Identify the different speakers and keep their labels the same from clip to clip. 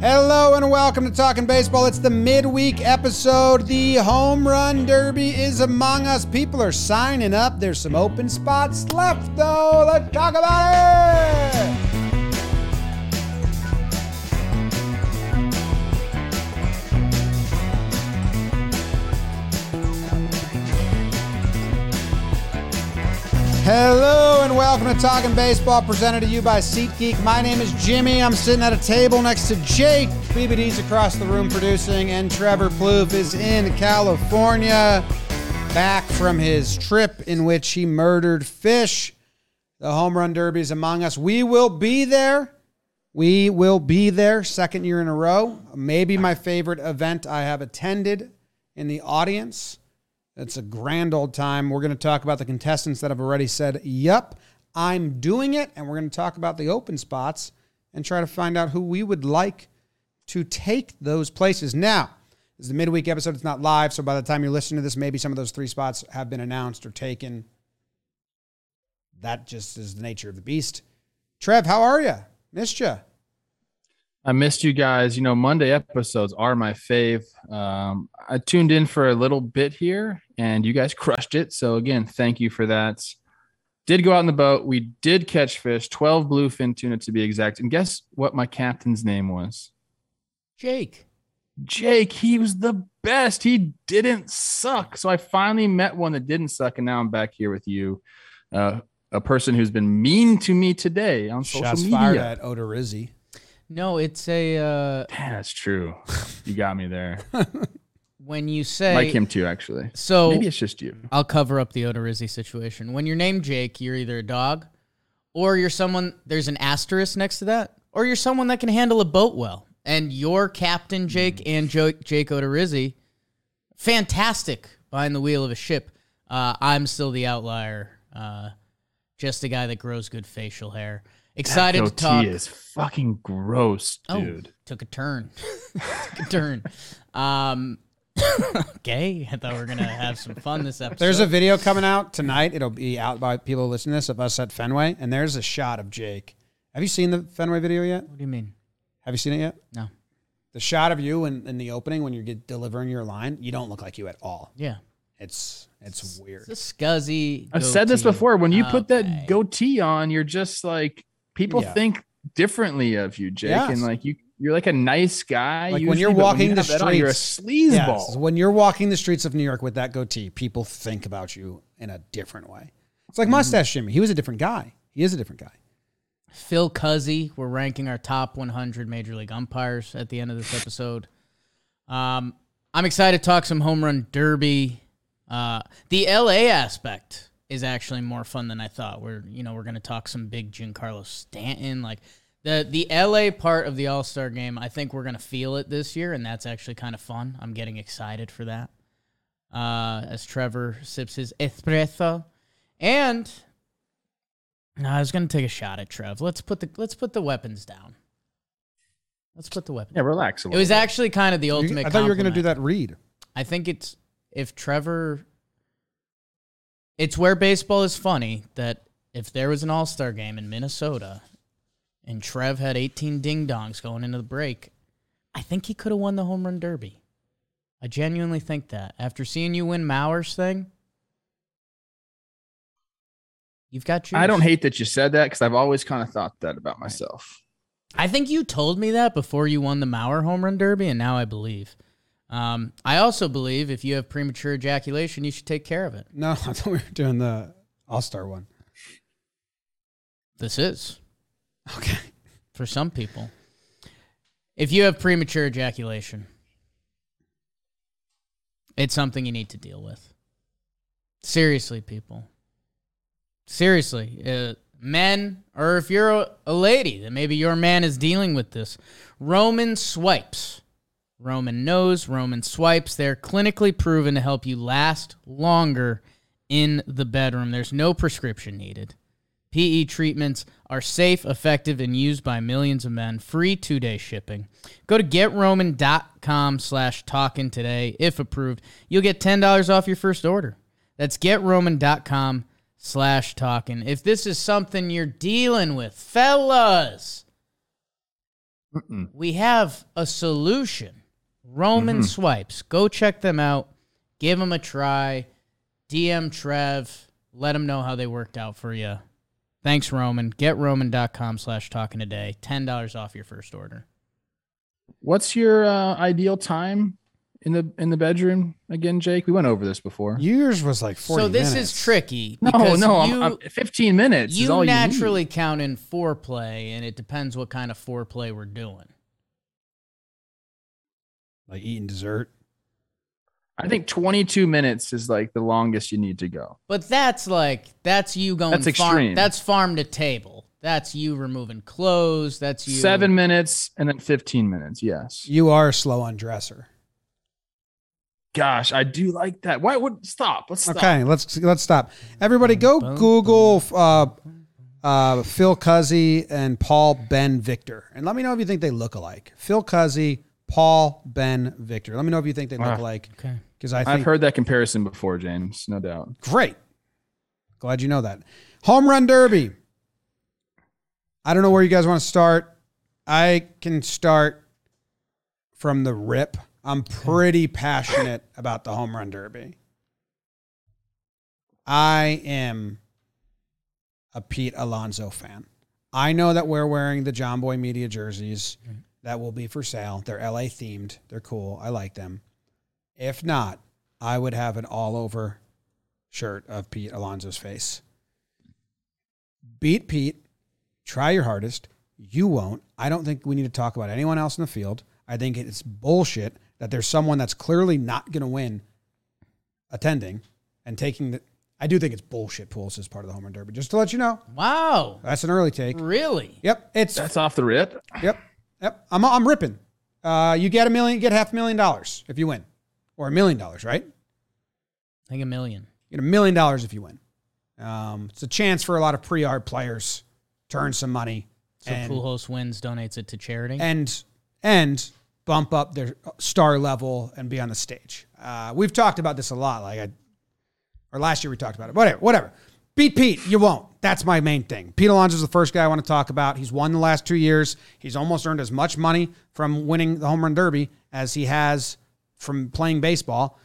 Speaker 1: Hello and welcome to Talking Baseball. It's the midweek episode. The Home Run Derby is among us. People are signing up. There's some open spots left, though. Let's talk about it. Hello and welcome to Talking Baseball, presented to you by SeatGeek. My name is Jimmy. I'm sitting at a table next to Jake. BBD's across the room producing, and Trevor Plouffe is in California, back from his trip in which he murdered fish. The Home Run Derby is among us. We will be there. We will be there, second year in a row. Maybe my favorite event I have attended in the audience. It's a grand old time. We're going to talk about the contestants that have already said, Yep, I'm doing it. And we're going to talk about the open spots and try to find out who we would like to take those places. Now, this is the midweek episode. It's not live. So by the time you're listening to this, maybe some of those three spots have been announced or taken. That just is the nature of the beast. Trev, how are you? Missed you.
Speaker 2: I missed you guys. You know, Monday episodes are my fave. Um, I tuned in for a little bit here and you guys crushed it. So, again, thank you for that. Did go out in the boat. We did catch fish, 12 bluefin tuna to be exact. And guess what my captain's name was?
Speaker 1: Jake.
Speaker 2: Jake. He was the best. He didn't suck. So, I finally met one that didn't suck. And now I'm back here with you, uh, a person who's been mean to me today on social
Speaker 1: Shots
Speaker 2: media.
Speaker 1: fired at Odorizzi.
Speaker 3: No, it's a uh,
Speaker 2: Damn, that's true. You got me there.
Speaker 3: when you say
Speaker 2: like him too, actually.
Speaker 3: So
Speaker 2: Maybe it's just you.
Speaker 3: I'll cover up the Odorizzi situation. When you're named Jake, you're either a dog, or you're someone. There's an asterisk next to that, or you're someone that can handle a boat well. And your captain Jake
Speaker 2: Mm.
Speaker 3: and jo- Jake Odorizzi, fantastic behind the wheel of a ship. Uh, I'm still the outlier, uh, just a guy that grows good facial hair. Excited to
Speaker 2: Goatee
Speaker 3: talk.
Speaker 2: is fucking gross, dude.
Speaker 3: Oh, took a turn. took a turn. Um, okay, I thought we were gonna have some fun this episode.
Speaker 1: There's a video coming out tonight. It'll be out by people listening to this of us at Fenway, and there's a shot of Jake. Have you seen the Fenway video yet?
Speaker 3: What do you mean?
Speaker 1: Have you seen it yet?
Speaker 3: No.
Speaker 1: The shot of you in, in the opening when you're get, delivering your line, you don't look like you at all.
Speaker 3: Yeah,
Speaker 1: It's it's weird.
Speaker 3: it's a scuzzy.
Speaker 2: I've said this
Speaker 3: goatee.
Speaker 2: before. When you put
Speaker 3: Okay.
Speaker 2: that goatee on, you're just like people
Speaker 1: Yeah.
Speaker 2: think differently of you, Jake.
Speaker 1: Yes.
Speaker 2: And like you you're like a nice guy.
Speaker 1: Like, when you're
Speaker 2: usually, but
Speaker 1: walking
Speaker 2: you
Speaker 1: the
Speaker 2: have that on, you're a sleazeball.
Speaker 1: Yes, When you're walking the streets of New York with that goatee, people think about you in a different way. It's like Mustache Jimmy. He was a different guy. He is a different guy.
Speaker 3: Phil Cuzzy. We're ranking our top 100 Major League umpires at the end of this episode. Um, I'm excited to talk some home run derby. Uh, the LA aspect is actually more fun than I thought. We're you know we're gonna talk some big Giancarlo Stanton like the the LA part of the All Star game. I think we're gonna feel it this year, and that's actually kind of fun. I'm getting excited for that. Uh, as Trevor sips his espresso, and no, I was gonna take a shot at Trev. Let's put the let's put the weapons down. Let's put the weapons.
Speaker 2: Yeah, relax a
Speaker 3: It
Speaker 2: little.
Speaker 3: was actually kind of the
Speaker 1: You-
Speaker 3: ultimate.
Speaker 1: I thought you were going to
Speaker 3: compliment.
Speaker 1: do that read.
Speaker 3: I think it's if Trevor. It's where baseball is funny that if there was an All Star game in Minnesota, and Trev had 18 ding dongs going into the break, I think he could have won the home run derby. I genuinely think that after seeing you win Mauer's thing, you've got your.
Speaker 2: I don't hate that you said that because I've always kind of thought that about myself.
Speaker 3: I think you told me that before you won the Mauer home run derby, and now I believe. Um, I also believe if you have premature ejaculation, you should take care of it.
Speaker 1: No, I thought we were doing the All Star one.
Speaker 3: This is
Speaker 1: Okay.
Speaker 3: for some people. If you have premature ejaculation, it's something you need to deal with. Seriously, people. Seriously, uh, men, or if you're a, a lady, then maybe your man is dealing with this. Roman swipes. Roman nose, Roman swipes. They're clinically proven to help you last longer in the bedroom. There's no prescription needed. PE E treatments are safe, effective, and used by millions of men. Free two-day shipping. Go to GetRoman.com slash talking today. If approved, you'll get $10 off your first order. That's GetRoman.com slash talking. If this is something you're dealing with, fellas,
Speaker 2: Mm-mm.
Speaker 3: we have a solution. Roman
Speaker 2: Mm-hmm.
Speaker 3: Swipes. Go check them out. Give them a try. DM Trev. Let them know how they worked out for you. Thanks, Roman. GetRoman.com slash talking today. $10 off your first order.
Speaker 2: What's your uh, ideal time in the in the bedroom again, Jake? We went over this before.
Speaker 1: Yours was like 40
Speaker 3: So this
Speaker 1: minutes.
Speaker 3: is tricky.
Speaker 2: no,
Speaker 3: because
Speaker 2: no, I'm-
Speaker 3: you-
Speaker 2: I'm, 15 minutes. is
Speaker 3: you
Speaker 2: all
Speaker 3: naturally count in foreplay, and it depends what kind of foreplay we're doing.
Speaker 1: like eating dessert.
Speaker 2: need. I think 22 minutes is like the longest you need to go.
Speaker 3: But that's like that's you going.
Speaker 2: That's
Speaker 3: farm,
Speaker 2: extreme.
Speaker 3: That's farm to table. That's you removing clothes. That's you
Speaker 2: Seven minutes and then 15 minutes. Yes.
Speaker 1: You are a slow undresser.
Speaker 2: Gosh, I do like that. Why would stop? Let's stop.
Speaker 1: Okay, let's let's stop. Everybody, go Google uh, uh, Phil Cuzzy and Paul Ben Victor, and let me know if you think they look alike. Phil Cuzzy, Paul Ben Victor. Let me know if you think they look
Speaker 2: Ah.
Speaker 1: alike
Speaker 3: Okay.
Speaker 1: because I think
Speaker 2: I've heard that comparison before, James. No doubt.
Speaker 1: great. Glad you know that. Home run derby. I don't know where you guys want to start. I can start from the rip. I'm pretty passionate about the home run derby. I am a Pete Alonso fan. I know that we're wearing the John Boy Media jerseys that will be for sale. They're LA themed. They're cool. I like them. If not, I would have an all over shirt of Pete Alonso's face. Beat Pete. Try your hardest. You won't. I don't think we need to talk about anyone else in the field. I think it's bullshit that there's someone that's clearly not going to win attending and taking the. I do think it's bullshit pools as part of the home run derby. Just to let you know,
Speaker 3: Wow,
Speaker 1: that's an early take.
Speaker 3: really?
Speaker 1: Yep, it's
Speaker 2: That's off the rip.
Speaker 1: Yep. Yep. I'm, I'm ripping. Uh, you get a million, you get half a million dollars if you win, or a million dollars, right? You
Speaker 3: I think a million.
Speaker 1: get a million dollars if you win. Um, it's a chance for a lot of pre art players to earn some money
Speaker 3: So
Speaker 1: and,
Speaker 3: Pujols wins, donates it to charity.
Speaker 1: and, and bump up their star level and be on the stage. Uh, we've talked about this a lot. Like, I, or last year we talked about it. Whatever, whatever. Beat Pete, you won't. That's my main thing. Pete Alonso's the first guy I want to talk about. He's won the last two years. He's almost earned as much money from winning the home run derby as he has from playing baseball.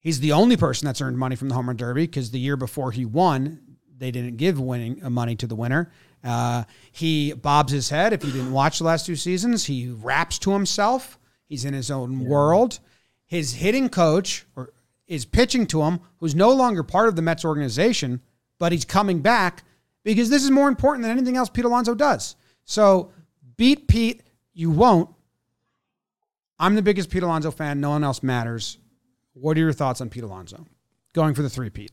Speaker 1: He's the only person that's earned money from the home run derby because the year before he won, they didn't give winning uh, money to the winner. Uh, he bobs his head. If you didn't watch the last two seasons, he raps to himself. He's in his own world. His hitting coach or is pitching to him, who's no longer part of the Mets organization, but he's coming back because this is more important than anything else Pete Alonso does. So beat Pete, you won't. I'm the biggest Pete Alonso fan. No one else matters. What are your thoughts on Pete Alonso going for the three, Pete?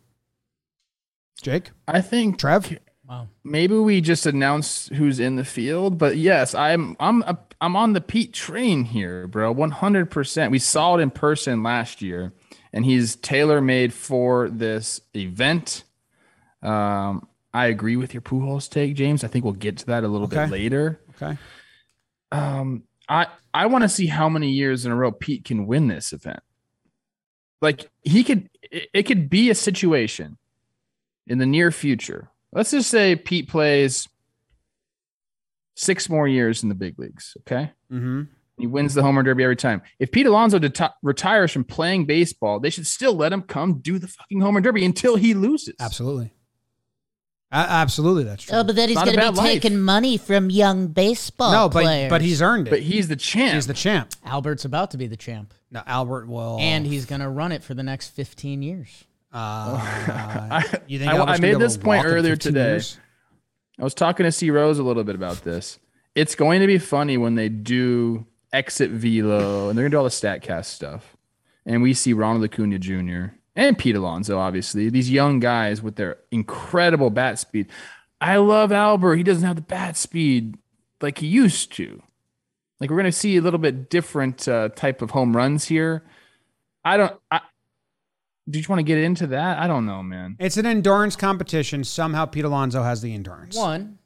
Speaker 1: Jake,
Speaker 2: I think
Speaker 1: Trev,
Speaker 3: wow.
Speaker 2: maybe we just announce who's in the field but yes i'm i'm a, i'm on the pete train here bro 100% we saw it in person last year and he's tailor made for this event um i agree with your pujols take james i think we'll get to that a little
Speaker 1: Okay.
Speaker 2: bit later
Speaker 1: okay,
Speaker 2: um i i want to see how many years in a row pete can win this event like he could it, it could be a situation in the near future let's just say pete plays six more years in the big leagues okay
Speaker 1: mm-hmm.
Speaker 2: he wins the homer derby every time if pete alonso deti- retires from playing baseball they should still let him come do the fucking homer derby until he loses
Speaker 1: absolutely, A- absolutely, that's true.
Speaker 4: Oh, but then he's
Speaker 2: Not
Speaker 4: going to
Speaker 2: about
Speaker 4: be
Speaker 2: life.
Speaker 4: taking money from young baseball
Speaker 1: no, but
Speaker 4: players.
Speaker 1: but he's earned it.
Speaker 2: but he's the champ
Speaker 1: he's the champ.
Speaker 3: Albert's about to be the champ,
Speaker 1: No, Albert will,
Speaker 3: and he's gonna run it for the next 15 years.
Speaker 1: Uh, you think
Speaker 2: I- I
Speaker 1: Albert's gonna
Speaker 2: made
Speaker 1: be able
Speaker 2: this
Speaker 1: to
Speaker 2: point
Speaker 1: walk in
Speaker 2: earlier
Speaker 1: 15
Speaker 2: today.
Speaker 1: years?
Speaker 2: I was talking to C Rose a little bit about this. It's going to be funny when they do exit velo and they're gonna do all the statcast stuff. And we see Ronald Acuna Jr. and Pete Alonso, obviously, these young guys with their incredible bat speed. I love Albert. He doesn't have the bat speed like he used to. Like we're gonna see a little bit different uh, type of home runs here. I don't. I, do you want to get into that? I don't know, man.
Speaker 1: It's an endurance competition. Somehow Pete Alonso has the endurance.
Speaker 3: One,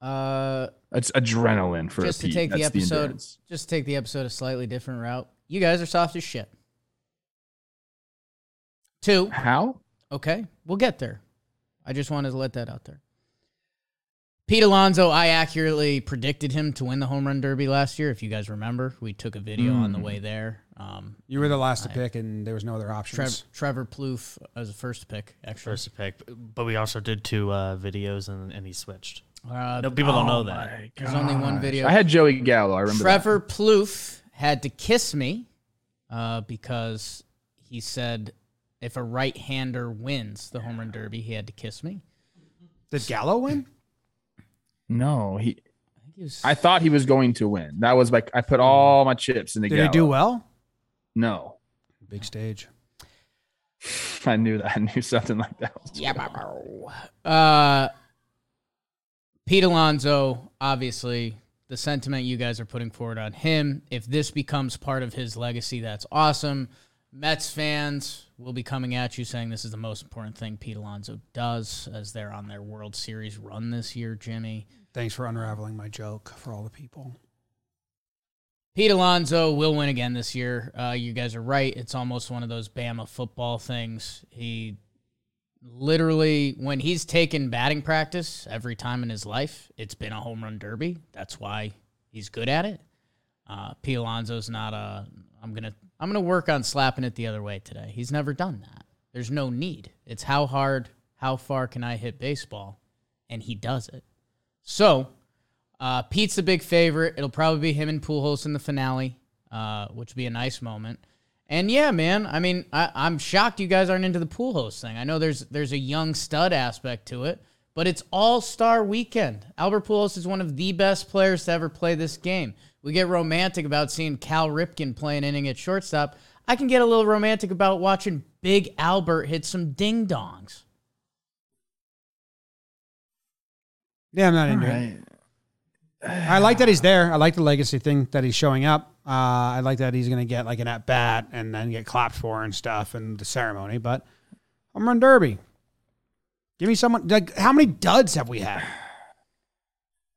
Speaker 3: uh,
Speaker 2: It's adrenaline for
Speaker 3: just
Speaker 2: a Pete.
Speaker 3: to take the
Speaker 2: That's
Speaker 3: episode,
Speaker 2: endurance.
Speaker 3: just to take the episode a slightly different route. You guys are soft as shit. Two,
Speaker 2: How?
Speaker 3: okay, we'll get there. I just wanted to let that out there. Pete Alonso, I accurately predicted him to win the home run derby last year. If you guys remember, we took a video on the
Speaker 5: Mm.
Speaker 3: way there. Um,
Speaker 1: You were the last to pick, and there was no other
Speaker 3: Trev-
Speaker 1: options.
Speaker 3: Trevor Plouffe as a first pick, actually.
Speaker 5: First pick, but we also did two uh, videos and, and he switched.
Speaker 3: Uh,
Speaker 5: No, people don't know that.
Speaker 3: There's only one video.
Speaker 2: I had Joey Gallo. I remember. that.
Speaker 3: Trevor Plouffe had to kiss me uh, because he said if a right hander wins the home run derby, he had to kiss me.
Speaker 1: Did Gallo win?
Speaker 2: No, he.
Speaker 3: I think he was-
Speaker 2: I thought he was going to win. That was like I put all my chips into.
Speaker 1: Did
Speaker 2: Gallo.
Speaker 1: he do well?
Speaker 2: No,
Speaker 1: Big stage.
Speaker 2: I knew that. I knew something like that. was-
Speaker 3: Yeah, bow, bow. Uh, Pete Alonso, obviously, the sentiment you guys are putting forward on him. If this becomes part of his legacy, that's awesome. Mets fans will be coming at you saying this is the most important thing Pete Alonso does as they're on their World Series run this year, Jimmy.
Speaker 1: Thanks for unraveling my joke for all the people.
Speaker 3: Pete Alonso will win again this year. Uh, you guys are right. It's almost one of those Bama football things. He literally, when he's taken batting practice every time in his life, it's been a home run derby. That's why he's good at it. Uh, Pete Alonso's not a. I'm gonna I'm gonna work on slapping it the other way today. He's never done that. There's no need. It's how hard, how far can I hit baseball, and he does it. So uh, Pete's a big favorite. It'll probably be him and Pujols in the finale, uh, which would be a nice moment. And yeah, man, I mean, I, I'm shocked you guys aren't into the Pujols thing. I know there's there's a young stud aspect to it, but it's All Star Weekend. Albert Pujols is one of the best players to ever play this game. We get romantic about seeing Cal Ripken play an inning at shortstop. I can get a little romantic about watching Big Albert hit some ding dongs.
Speaker 1: Yeah, I'm not into it.
Speaker 2: Right.
Speaker 1: I like that he's there. I like the legacy thing that he's showing up. Uh, I like that he's going to get like an at bat and then get clapped for and stuff and the ceremony. But home run derby. Give me someone. Like, how many duds have we had?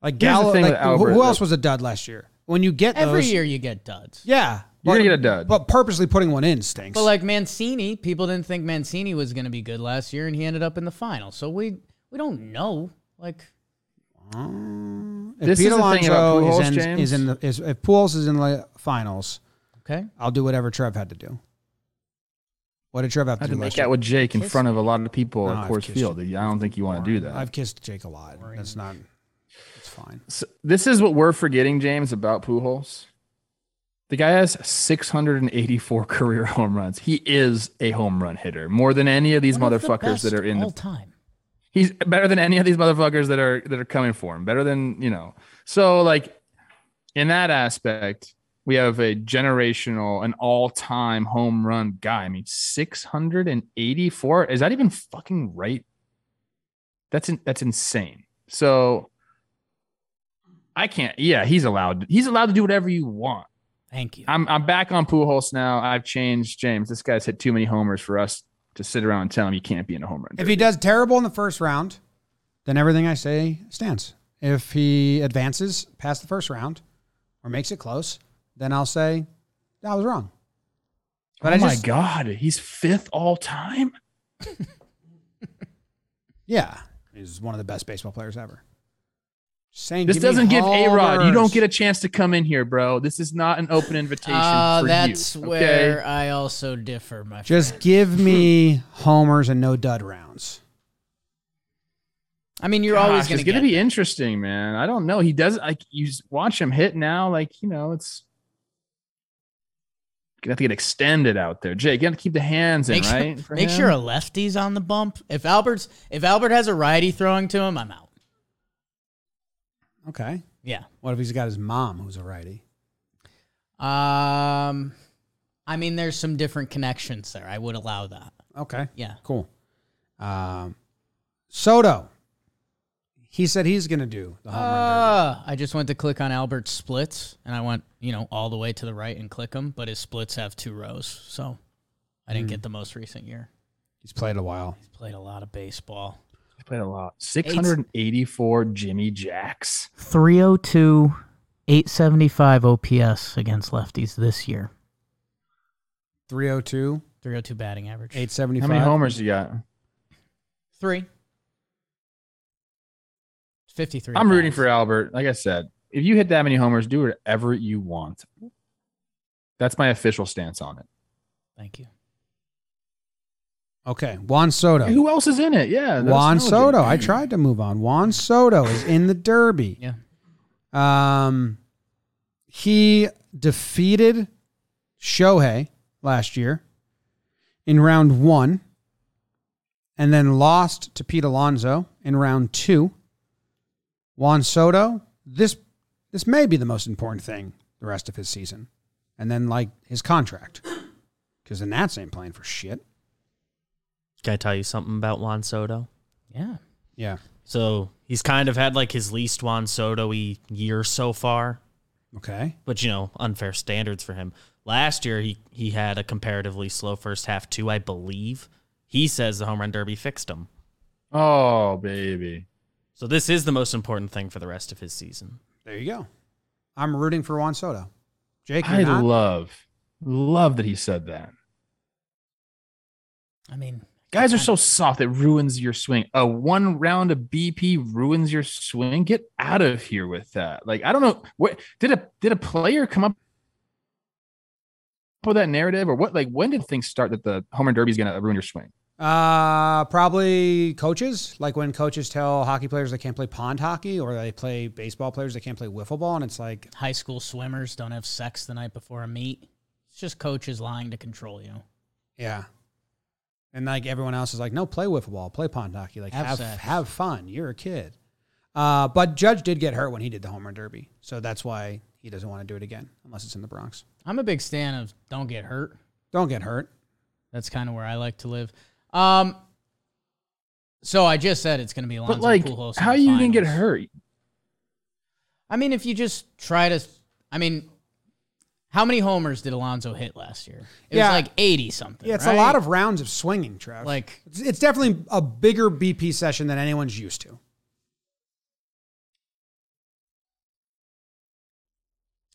Speaker 1: Like
Speaker 2: Here's the
Speaker 1: Gallo.
Speaker 2: thing
Speaker 1: Like,
Speaker 2: with
Speaker 1: who- who,
Speaker 2: Albert,
Speaker 1: else
Speaker 2: like-
Speaker 1: was a dud last year? When you get
Speaker 3: Every
Speaker 1: those-
Speaker 3: year you get duds.
Speaker 1: yeah,
Speaker 2: You're gonna get a dud.
Speaker 1: But purposely putting one in stinks.
Speaker 3: But like Mancini, people didn't think Mancini was going to be good last year, and he ended up in the final. So we we don't know. Like
Speaker 1: if
Speaker 2: this
Speaker 1: Pete
Speaker 2: is the thing about
Speaker 1: Alonso
Speaker 2: Pujols,
Speaker 1: Uh, is in,
Speaker 2: James.
Speaker 1: is in the is, if Pujols is in the finals,
Speaker 3: okay,
Speaker 1: I'll do whatever Trev had to do. What did Trev have
Speaker 2: I
Speaker 1: to
Speaker 2: had
Speaker 1: do
Speaker 2: to
Speaker 1: last
Speaker 2: make
Speaker 1: year?
Speaker 2: out with Jake in front of a lot of people
Speaker 1: No,
Speaker 2: at
Speaker 1: I've
Speaker 2: Coors
Speaker 1: kissed
Speaker 2: Field. I don't think you want to do that.
Speaker 1: I've kissed Jake a lot. That's not. It's fine.
Speaker 2: So this is what we're forgetting, James, about Pujols. The guy has 684 career home runs. He is a home run hitter more than any of these
Speaker 3: One of the
Speaker 2: motherfuckers that
Speaker 3: best
Speaker 2: are in
Speaker 3: all
Speaker 2: the.
Speaker 3: time.
Speaker 2: He's better than any of these motherfuckers that are that are coming for him. Better than you know. So like, in that aspect, we have a generational, an all-time home run guy. I mean, 684. Is that even fucking right? That's in, that's insane. So I can't. Yeah, he's allowed. He's allowed to do whatever you want.
Speaker 3: Thank you.
Speaker 2: I'm I'm back on Pujols now. I've changed, James. This guy's hit too many homers for us to sit around and tell him you can't be in a home run.
Speaker 1: If he does terrible in the first round, then everything I say stands. If he advances past the first round or makes it close, then I'll say I was wrong. But
Speaker 2: oh
Speaker 1: I
Speaker 2: my
Speaker 1: just,
Speaker 2: god, he's fifth all time.
Speaker 1: yeah, he's one of the best baseball players ever. Just saying
Speaker 2: This doesn't give A Rod. You don't get
Speaker 1: it.
Speaker 2: a chance to come in here, bro. This is not an open invitation.
Speaker 3: Uh,
Speaker 2: for
Speaker 3: that's
Speaker 2: you, okay?
Speaker 3: where I also differ, my friend.
Speaker 1: Just give me homers and no dud rounds.
Speaker 3: I mean, you're always
Speaker 2: Gosh,
Speaker 3: going to
Speaker 2: it's gonna
Speaker 3: get.
Speaker 2: be interesting, man. I don't know. He does like you s- watch him hit now. Like you know, it's gonna have to get extended out there. Jake, you got to keep the hands in,
Speaker 3: make sure,
Speaker 2: right? for
Speaker 3: make
Speaker 2: him?
Speaker 3: sure a lefty's on the bump. If Albert's if Albert has a righty throwing to him, I'm out.
Speaker 1: Okay.
Speaker 3: Yeah.
Speaker 1: What if he's got his mom who's a righty?
Speaker 3: Um, I mean, there's some different connections there. I would allow that.
Speaker 1: Okay.
Speaker 3: Yeah.
Speaker 1: Cool. Um, Soto. He said he's going to do the home run derby.
Speaker 3: Uh, I just went to click on Albert's splits, and I went, you know, all the way to the right and click them, but his splits have two rows, so I
Speaker 2: Hmm.
Speaker 3: didn't get the most recent year.
Speaker 1: He's played a while.
Speaker 3: He's played a lot of baseball.
Speaker 2: He played a lot. Six hundred and eighty-four Jimmy Jacks.
Speaker 3: 302, 875 OPS against lefties this year.
Speaker 1: 302,
Speaker 3: 302 batting average.
Speaker 1: 875.
Speaker 2: How many homers you got?
Speaker 3: Three. 53.
Speaker 2: I'm rooting for
Speaker 3: pounds.
Speaker 2: Albert. Like I said, if you hit that many homers, do whatever you want. That's my official stance on it.
Speaker 3: Thank you.
Speaker 1: Okay, Juan Soto.
Speaker 2: Who else is in it? Yeah, let us
Speaker 1: Juan
Speaker 2: know,
Speaker 1: Soto.
Speaker 2: Jake.
Speaker 1: I tried to move on. Juan Soto is in the Derby.
Speaker 3: Yeah.
Speaker 1: Um, he defeated Shohei last year in round one, and then lost to Pete Alonso in round two. Juan Soto. This this may be the most important thing the rest of his season, and then like his contract, because the Nats ain't playing for shit.
Speaker 5: Can I tell you something about Juan Soto?
Speaker 3: Yeah.
Speaker 1: Yeah.
Speaker 5: So he's kind of had like his least Juan Soto y year so far,
Speaker 1: Okay.
Speaker 5: but you know, unfair standards for him. Last year, he, he had a comparatively slow first half, too, I believe. He says the home run derby fixed him.
Speaker 2: Oh baby,
Speaker 5: So this is the most important thing for the rest of his season.
Speaker 1: There you go. I'm rooting for Juan Soto. Jake, you're
Speaker 2: I
Speaker 1: not?
Speaker 2: love, love that he said that.
Speaker 3: I mean,
Speaker 2: Guys are so soft it ruins your swing. A one round of BP ruins your swing. Get out of here with that. Like I don't know what did a did a player come up with that narrative or what? Like when did things start that the home run derby is going to ruin your swing?
Speaker 1: uh, probably coaches. Like when coaches tell hockey players they can't play pond hockey, or they play baseball players they can't play wiffle ball, and it's like,
Speaker 3: high school swimmers don't have sex the night before a meet. It's just coaches lying to control you.
Speaker 1: yeah. And like everyone else is like, no, play wiffle ball, play pond hockey, like
Speaker 3: Have
Speaker 1: have have,
Speaker 3: sex.
Speaker 1: fun. You're a kid. Uh, but Judge did get hurt when he did the home run derby, so that's why he doesn't want to do it again unless it's in the Bronx.
Speaker 3: I'm a big fan of don't get hurt.
Speaker 1: Don't get hurt.
Speaker 3: That's kind of where I like to live. Um, so I just said it's going to be Alonzo
Speaker 2: but like,
Speaker 3: Pujols. in
Speaker 2: how
Speaker 3: the
Speaker 2: you didn't get
Speaker 3: finals.
Speaker 2: hurt?
Speaker 3: I mean, if you just try to, I mean, how many homers did Alonzo hit last year? It
Speaker 1: Yeah.
Speaker 3: was like eighty something.
Speaker 1: Yeah, it's
Speaker 3: right?
Speaker 1: a lot of rounds of swinging, Trev.
Speaker 3: like
Speaker 1: It's- It's definitely a bigger BP session than anyone's used to.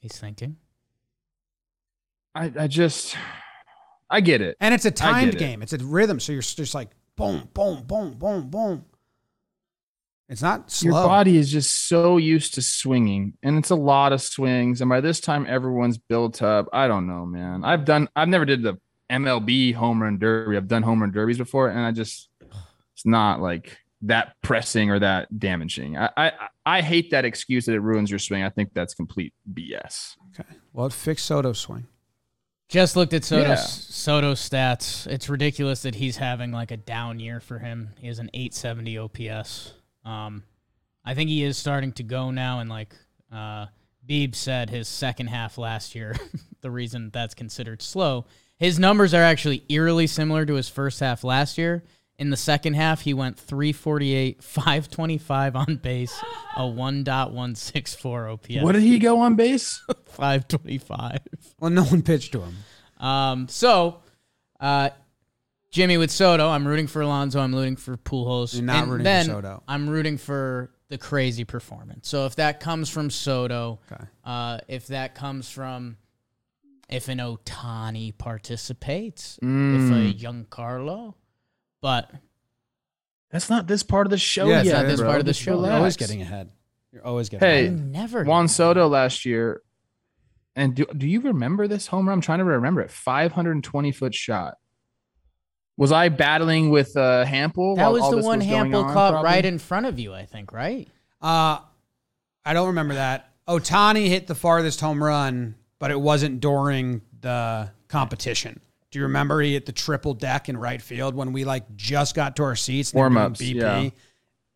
Speaker 3: he's thinking.
Speaker 2: I, I just, I get it.
Speaker 1: And it's a
Speaker 2: I get
Speaker 1: timed
Speaker 2: it.
Speaker 1: game. It's a rhythm. So you're s- just like boom, boom, boom, boom, boom. It's not slow.
Speaker 2: Your body is just so used to swinging, and it's a lot of swings. And by this time, everyone's built up. I don't know, man. I've done, I've never did the MLB home run derby. I've done home run derbies before, and I just, it's not like that pressing or that damaging. I, I, I hate that excuse that it ruins your swing. I think that's complete BS.
Speaker 1: Okay. Well, it fixed Soto's swing.
Speaker 3: Just looked at Soto's
Speaker 2: Yeah.
Speaker 3: Soto's stats. It's ridiculous that he's having like a down year for him. He has an 870 OPS. Um, I think he is starting to go now, and like uh, Beeb said, his second half last year, the reason that's considered slow. His numbers are actually eerily similar to his first half last year. In the second half, he went 348, 525 on base, a 1.164 OPS,
Speaker 2: What did he go on base?
Speaker 3: 525.
Speaker 1: Well, no one pitched to him.
Speaker 3: Um, so, uh, Jimmy with Soto, I'm rooting for Alonzo. I'm rooting for Pujols.
Speaker 1: You're not
Speaker 3: and
Speaker 1: rooting for
Speaker 3: then
Speaker 1: Soto.
Speaker 3: I'm rooting for the crazy performance. So if that comes from Soto,
Speaker 1: Okay.
Speaker 3: uh, if that comes from if an Otani participates, if a
Speaker 2: Mm,
Speaker 3: young Carlo, but
Speaker 2: that's not this part of the show
Speaker 1: Yeah, it's
Speaker 2: yet.
Speaker 1: not this
Speaker 2: bro.
Speaker 3: part of the
Speaker 2: Just
Speaker 3: show. You're
Speaker 1: You're
Speaker 2: relax.
Speaker 1: always getting ahead. You're always getting
Speaker 2: Hey,
Speaker 1: ahead.
Speaker 3: I'm never
Speaker 2: Juan Soto last year. And do, do you remember this home run? I'm trying to remember it. 520 foot shot. Was I battling with uh, Hampel?
Speaker 3: That
Speaker 2: while
Speaker 3: was
Speaker 2: all
Speaker 3: the
Speaker 2: this
Speaker 3: one
Speaker 2: was going
Speaker 3: Hampel
Speaker 2: on,
Speaker 3: caught
Speaker 2: probably?
Speaker 3: right in front of you, I think, right?
Speaker 1: Uh, I don't remember that. Otani hit the farthest home run, but it wasn't during the competition. Do you remember he hit the triple deck in right field when we like just got to our seats? and they were doing
Speaker 2: Warm-ups, yeah.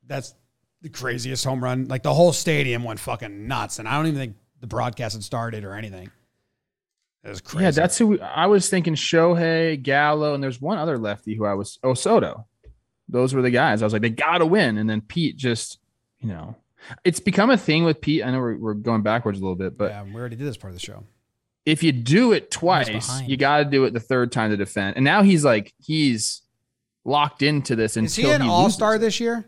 Speaker 1: That's the craziest home run. Like the whole stadium went fucking nuts, and I don't even think the broadcast had started or anything. That was crazy.
Speaker 2: Yeah, that's who we, I was thinking Shohei, Gallo, and there's one other lefty who I was. Oh, Soto. Those were the guys. I was like, they got to win. And then Pete just, you know, it's become a thing with Pete. I know we're, we're going backwards a little bit, but
Speaker 1: yeah, we already did this part of the show.
Speaker 2: if you do it twice,
Speaker 3: behind.
Speaker 2: you got to do it the third time to defend. And now he's like he's locked into this until
Speaker 1: Is he an
Speaker 2: loses.
Speaker 1: all star this year?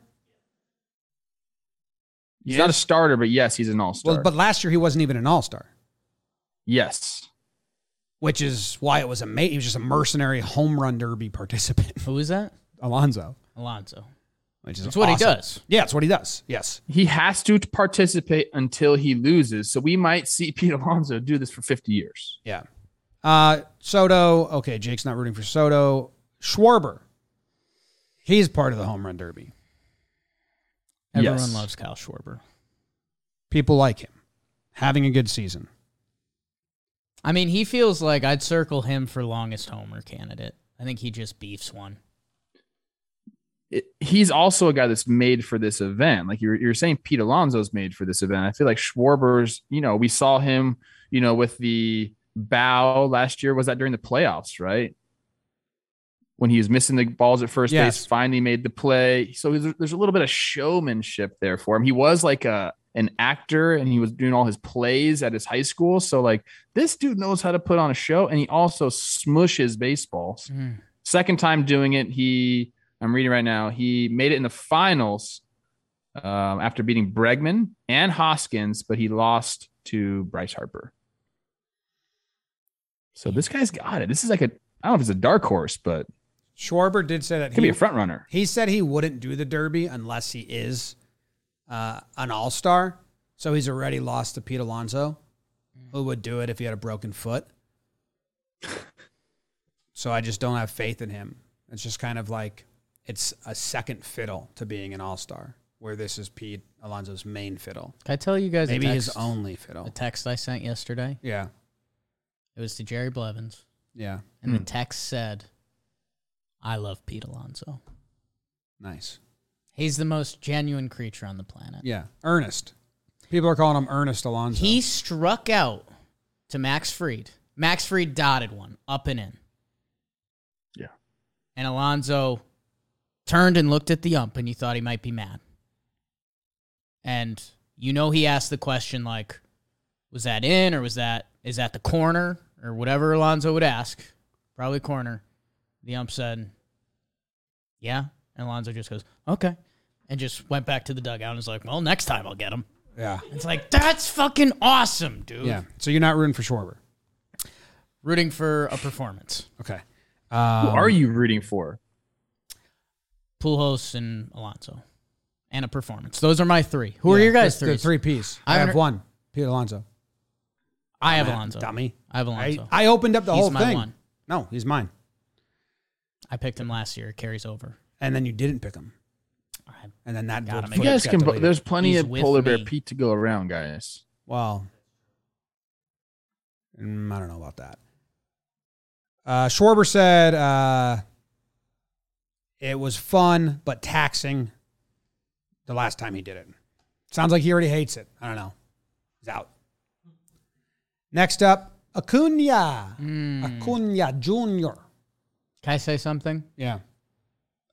Speaker 2: He's not a starter, but yes, he's an all star.
Speaker 1: Well, but last year he wasn't even an all star.
Speaker 2: yes,
Speaker 1: which is why it was a mate. He was just a mercenary home run derby participant,
Speaker 3: Who is that?
Speaker 1: Alonzo.
Speaker 3: Alonzo.
Speaker 1: which is
Speaker 3: It's what he
Speaker 1: awesome.
Speaker 3: does.
Speaker 1: Yeah, it's what he does. Yes.
Speaker 2: He has to participate until he loses. So we might see Pete Alonso do this for 50 years.
Speaker 1: Yeah. Uh, Soto. Okay, Jake's not rooting for Soto. Schwarber. He's part of the home run derby.
Speaker 3: Everyone
Speaker 2: Yes.
Speaker 3: loves Kyle Schwarber.
Speaker 1: People like him. Having a good season.
Speaker 3: I mean, he feels like I'd circle him for longest homer candidate. I think he just beefs one.
Speaker 2: It, he's also a guy that's made for this event. Like you're, you're saying, Pete Alonso's made for this event. I feel like Schwarber's, you know, we saw him, you know, with the bow last year. Was that during the playoffs, right? When he was missing the balls at first
Speaker 1: Yes.
Speaker 2: base, finally made the play. So there's, there's a little bit of showmanship there for him. He was like a an actor and he was doing all his plays at his high school. So like this dude knows how to put on a show and he also smushes baseballs. Second time doing it, he I'm reading right now. He made it in the finals um, after beating Bregman and Hoskins, but he lost to Bryce Harper. So this guy's got it. This is like a I don't know if it's a dark horse, but
Speaker 1: Schwarber did say that
Speaker 2: it could be a front runner.
Speaker 1: He said he wouldn't do the Derby unless he is uh, an All Star. So he's already lost to Pete Alonso, who would do it if he had a broken foot. so I just don't have faith in him. It's just kind of like it's a second fiddle to being an All Star, where this is Pete Alonso's main fiddle,
Speaker 3: Can I tell you guys
Speaker 1: maybe
Speaker 3: a
Speaker 1: his
Speaker 3: text,
Speaker 1: only
Speaker 3: a
Speaker 1: fiddle.
Speaker 3: text I sent yesterday?
Speaker 1: Yeah,
Speaker 3: It was to Jerry Blevins.
Speaker 1: yeah,
Speaker 3: And the text said, I love Pete Alonso.
Speaker 1: nice.
Speaker 3: He's the most genuine creature on the planet.
Speaker 1: Yeah, Ernest. People are calling him Ernest Alonso.
Speaker 3: He struck out to Max Fried. Max Fried dotted one up and in.
Speaker 2: Yeah.
Speaker 3: And Alonso turned and looked at the ump and you thought he might be mad. And you know he asked the question like, was that in or was that is that the corner or whatever Alonso would ask? Probably corner. The ump said, Yeah. And Alonso just goes, Okay. And just went back to the dugout and was like, Well, next time I'll get him.
Speaker 1: yeah,
Speaker 3: It's like that's fucking awesome, dude.
Speaker 1: yeah. So you're not rooting for Schwarber.
Speaker 3: Rooting for a performance.
Speaker 1: Okay. Uh,
Speaker 2: Who
Speaker 1: Um,
Speaker 2: are you rooting for?
Speaker 3: Pulhos and Alonso. And a performance. Those are my three. Who are your guys
Speaker 1: three? Three
Speaker 3: three?
Speaker 1: piece.
Speaker 3: I
Speaker 1: I, have
Speaker 3: under-
Speaker 1: one. Pete Alonso.
Speaker 3: I have Alonso.
Speaker 1: Dummy.
Speaker 3: I have
Speaker 1: I,
Speaker 3: Alonso. I,
Speaker 1: I opened up the
Speaker 3: He's
Speaker 1: whole
Speaker 3: my
Speaker 1: thing.
Speaker 3: one.
Speaker 1: No, he's mine.
Speaker 3: picked him last year. It carries over.
Speaker 1: And then you didn't pick him.
Speaker 3: I-
Speaker 1: And then that
Speaker 3: Gotta
Speaker 1: vote
Speaker 3: make
Speaker 2: You
Speaker 1: footage
Speaker 2: guys
Speaker 1: got
Speaker 2: can.
Speaker 1: deleted.
Speaker 2: There's plenty
Speaker 3: He's
Speaker 2: of
Speaker 3: with
Speaker 2: polar bear
Speaker 3: me.
Speaker 2: Pete to go around, guys.
Speaker 1: well, mm, I don't know about that. Uh, Schwarber said uh, it was fun but taxing. The last time he did it, sounds like he already hates it. I don't know. He's out. Next up, Acuna,
Speaker 3: Hmm.
Speaker 1: Acuna Junior.
Speaker 3: Can I say something?
Speaker 1: Yeah,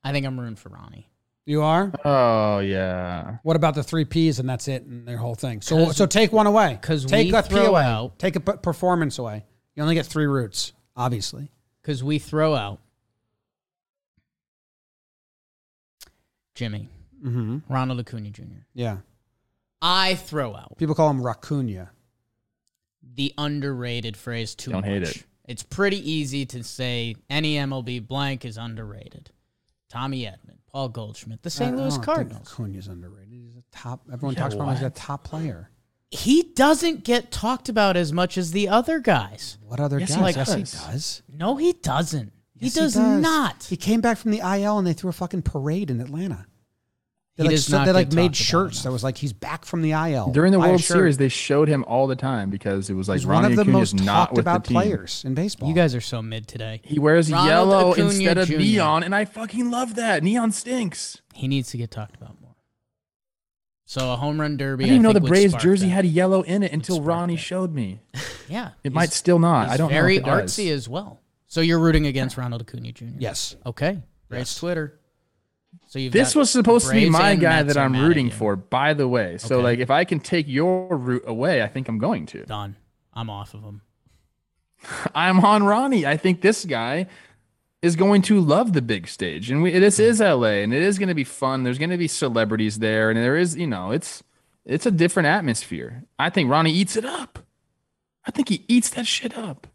Speaker 3: I think I'm rooting for Ronnie.
Speaker 1: you are.
Speaker 2: Oh yeah.
Speaker 1: What about the three P's and that's it and their whole thing? So so take one away.
Speaker 3: 'cause
Speaker 1: take
Speaker 3: we
Speaker 1: a P
Speaker 3: throw
Speaker 1: away.
Speaker 3: out-
Speaker 1: Take a p- performance away. You only get three roots, obviously.
Speaker 3: Because we throw out Jimmy,
Speaker 1: Mm-hmm.
Speaker 3: Ronald Acuna Jr.
Speaker 1: Yeah.
Speaker 3: I throw out
Speaker 1: People call him Racunia.
Speaker 3: the underrated phrase too
Speaker 2: Don't
Speaker 3: much.
Speaker 2: hate it.
Speaker 3: It's pretty easy to say any MLB blank is underrated. Tommy Edmond, Paul Goldschmidt, the St.
Speaker 1: Oh,
Speaker 3: Louis Cardinals.
Speaker 1: Acunia's underrated. He's a top. Everyone talks about him as a top player.
Speaker 3: He doesn't get talked about as much as the other guys.
Speaker 1: What other
Speaker 2: Yes, he
Speaker 1: guys? yes,
Speaker 2: does.
Speaker 1: he does.
Speaker 3: No, he doesn't.
Speaker 1: Yes,
Speaker 3: he does, not.
Speaker 1: He came back from the IL and they threw a fucking parade in Atlanta. They
Speaker 3: He
Speaker 1: like,
Speaker 3: does
Speaker 1: so-
Speaker 3: not
Speaker 1: they
Speaker 3: get
Speaker 1: like
Speaker 3: talked
Speaker 1: made
Speaker 3: about
Speaker 1: shirts
Speaker 3: enough.
Speaker 1: that was like he's back from the IL
Speaker 2: During the
Speaker 1: Buy a
Speaker 2: World
Speaker 1: shirt.
Speaker 2: Series, they showed him all the time because it was like
Speaker 1: Oh, he's one
Speaker 2: Ronnie
Speaker 1: of the
Speaker 2: Acuna is
Speaker 1: most
Speaker 2: not
Speaker 1: talked
Speaker 2: with the
Speaker 1: about
Speaker 2: team.
Speaker 1: players in baseball.
Speaker 3: You guys are so mid today.
Speaker 2: He wears
Speaker 3: Ronald
Speaker 2: yellow
Speaker 3: Acuna
Speaker 2: instead of
Speaker 3: Jr..
Speaker 2: neon, and I fucking love that. Neon stinks.
Speaker 3: He needs to get talked about more. So a home run
Speaker 2: I
Speaker 3: derby.
Speaker 2: didn't even know
Speaker 3: think,
Speaker 2: the
Speaker 3: would
Speaker 2: Braves
Speaker 3: spark
Speaker 2: jersey
Speaker 3: that.
Speaker 2: had yellow in it until
Speaker 3: spark
Speaker 2: Ronnie
Speaker 3: that.
Speaker 2: showed me.
Speaker 3: Yeah,
Speaker 2: It
Speaker 3: he's-
Speaker 2: might still not. I
Speaker 3: he's
Speaker 2: don't know.
Speaker 3: Very
Speaker 2: if it does.
Speaker 3: artsy as well. So you're rooting against Ronald Acuna Jr.
Speaker 1: Yes.
Speaker 3: Okay. Braves
Speaker 1: Yes.
Speaker 3: Twitter. So you've
Speaker 2: This
Speaker 3: got
Speaker 2: was supposed to be
Speaker 3: Braves
Speaker 2: my
Speaker 3: and
Speaker 2: guy
Speaker 3: Mets
Speaker 2: that
Speaker 3: are
Speaker 2: I'm
Speaker 3: mad at
Speaker 2: rooting
Speaker 3: you.
Speaker 2: for, by the way. So,
Speaker 3: Okay.
Speaker 2: like, if I can take your route away, I think I'm going to.
Speaker 3: Done. I'm off of him.
Speaker 2: I'm on Ronnie. I think this guy is going to love the big stage, and we, this is LA, and it is going to be fun. There's going to be celebrities there, and there is, you know, it's it's a different atmosphere. I think Ronnie eats it up. I think he eats that shit up.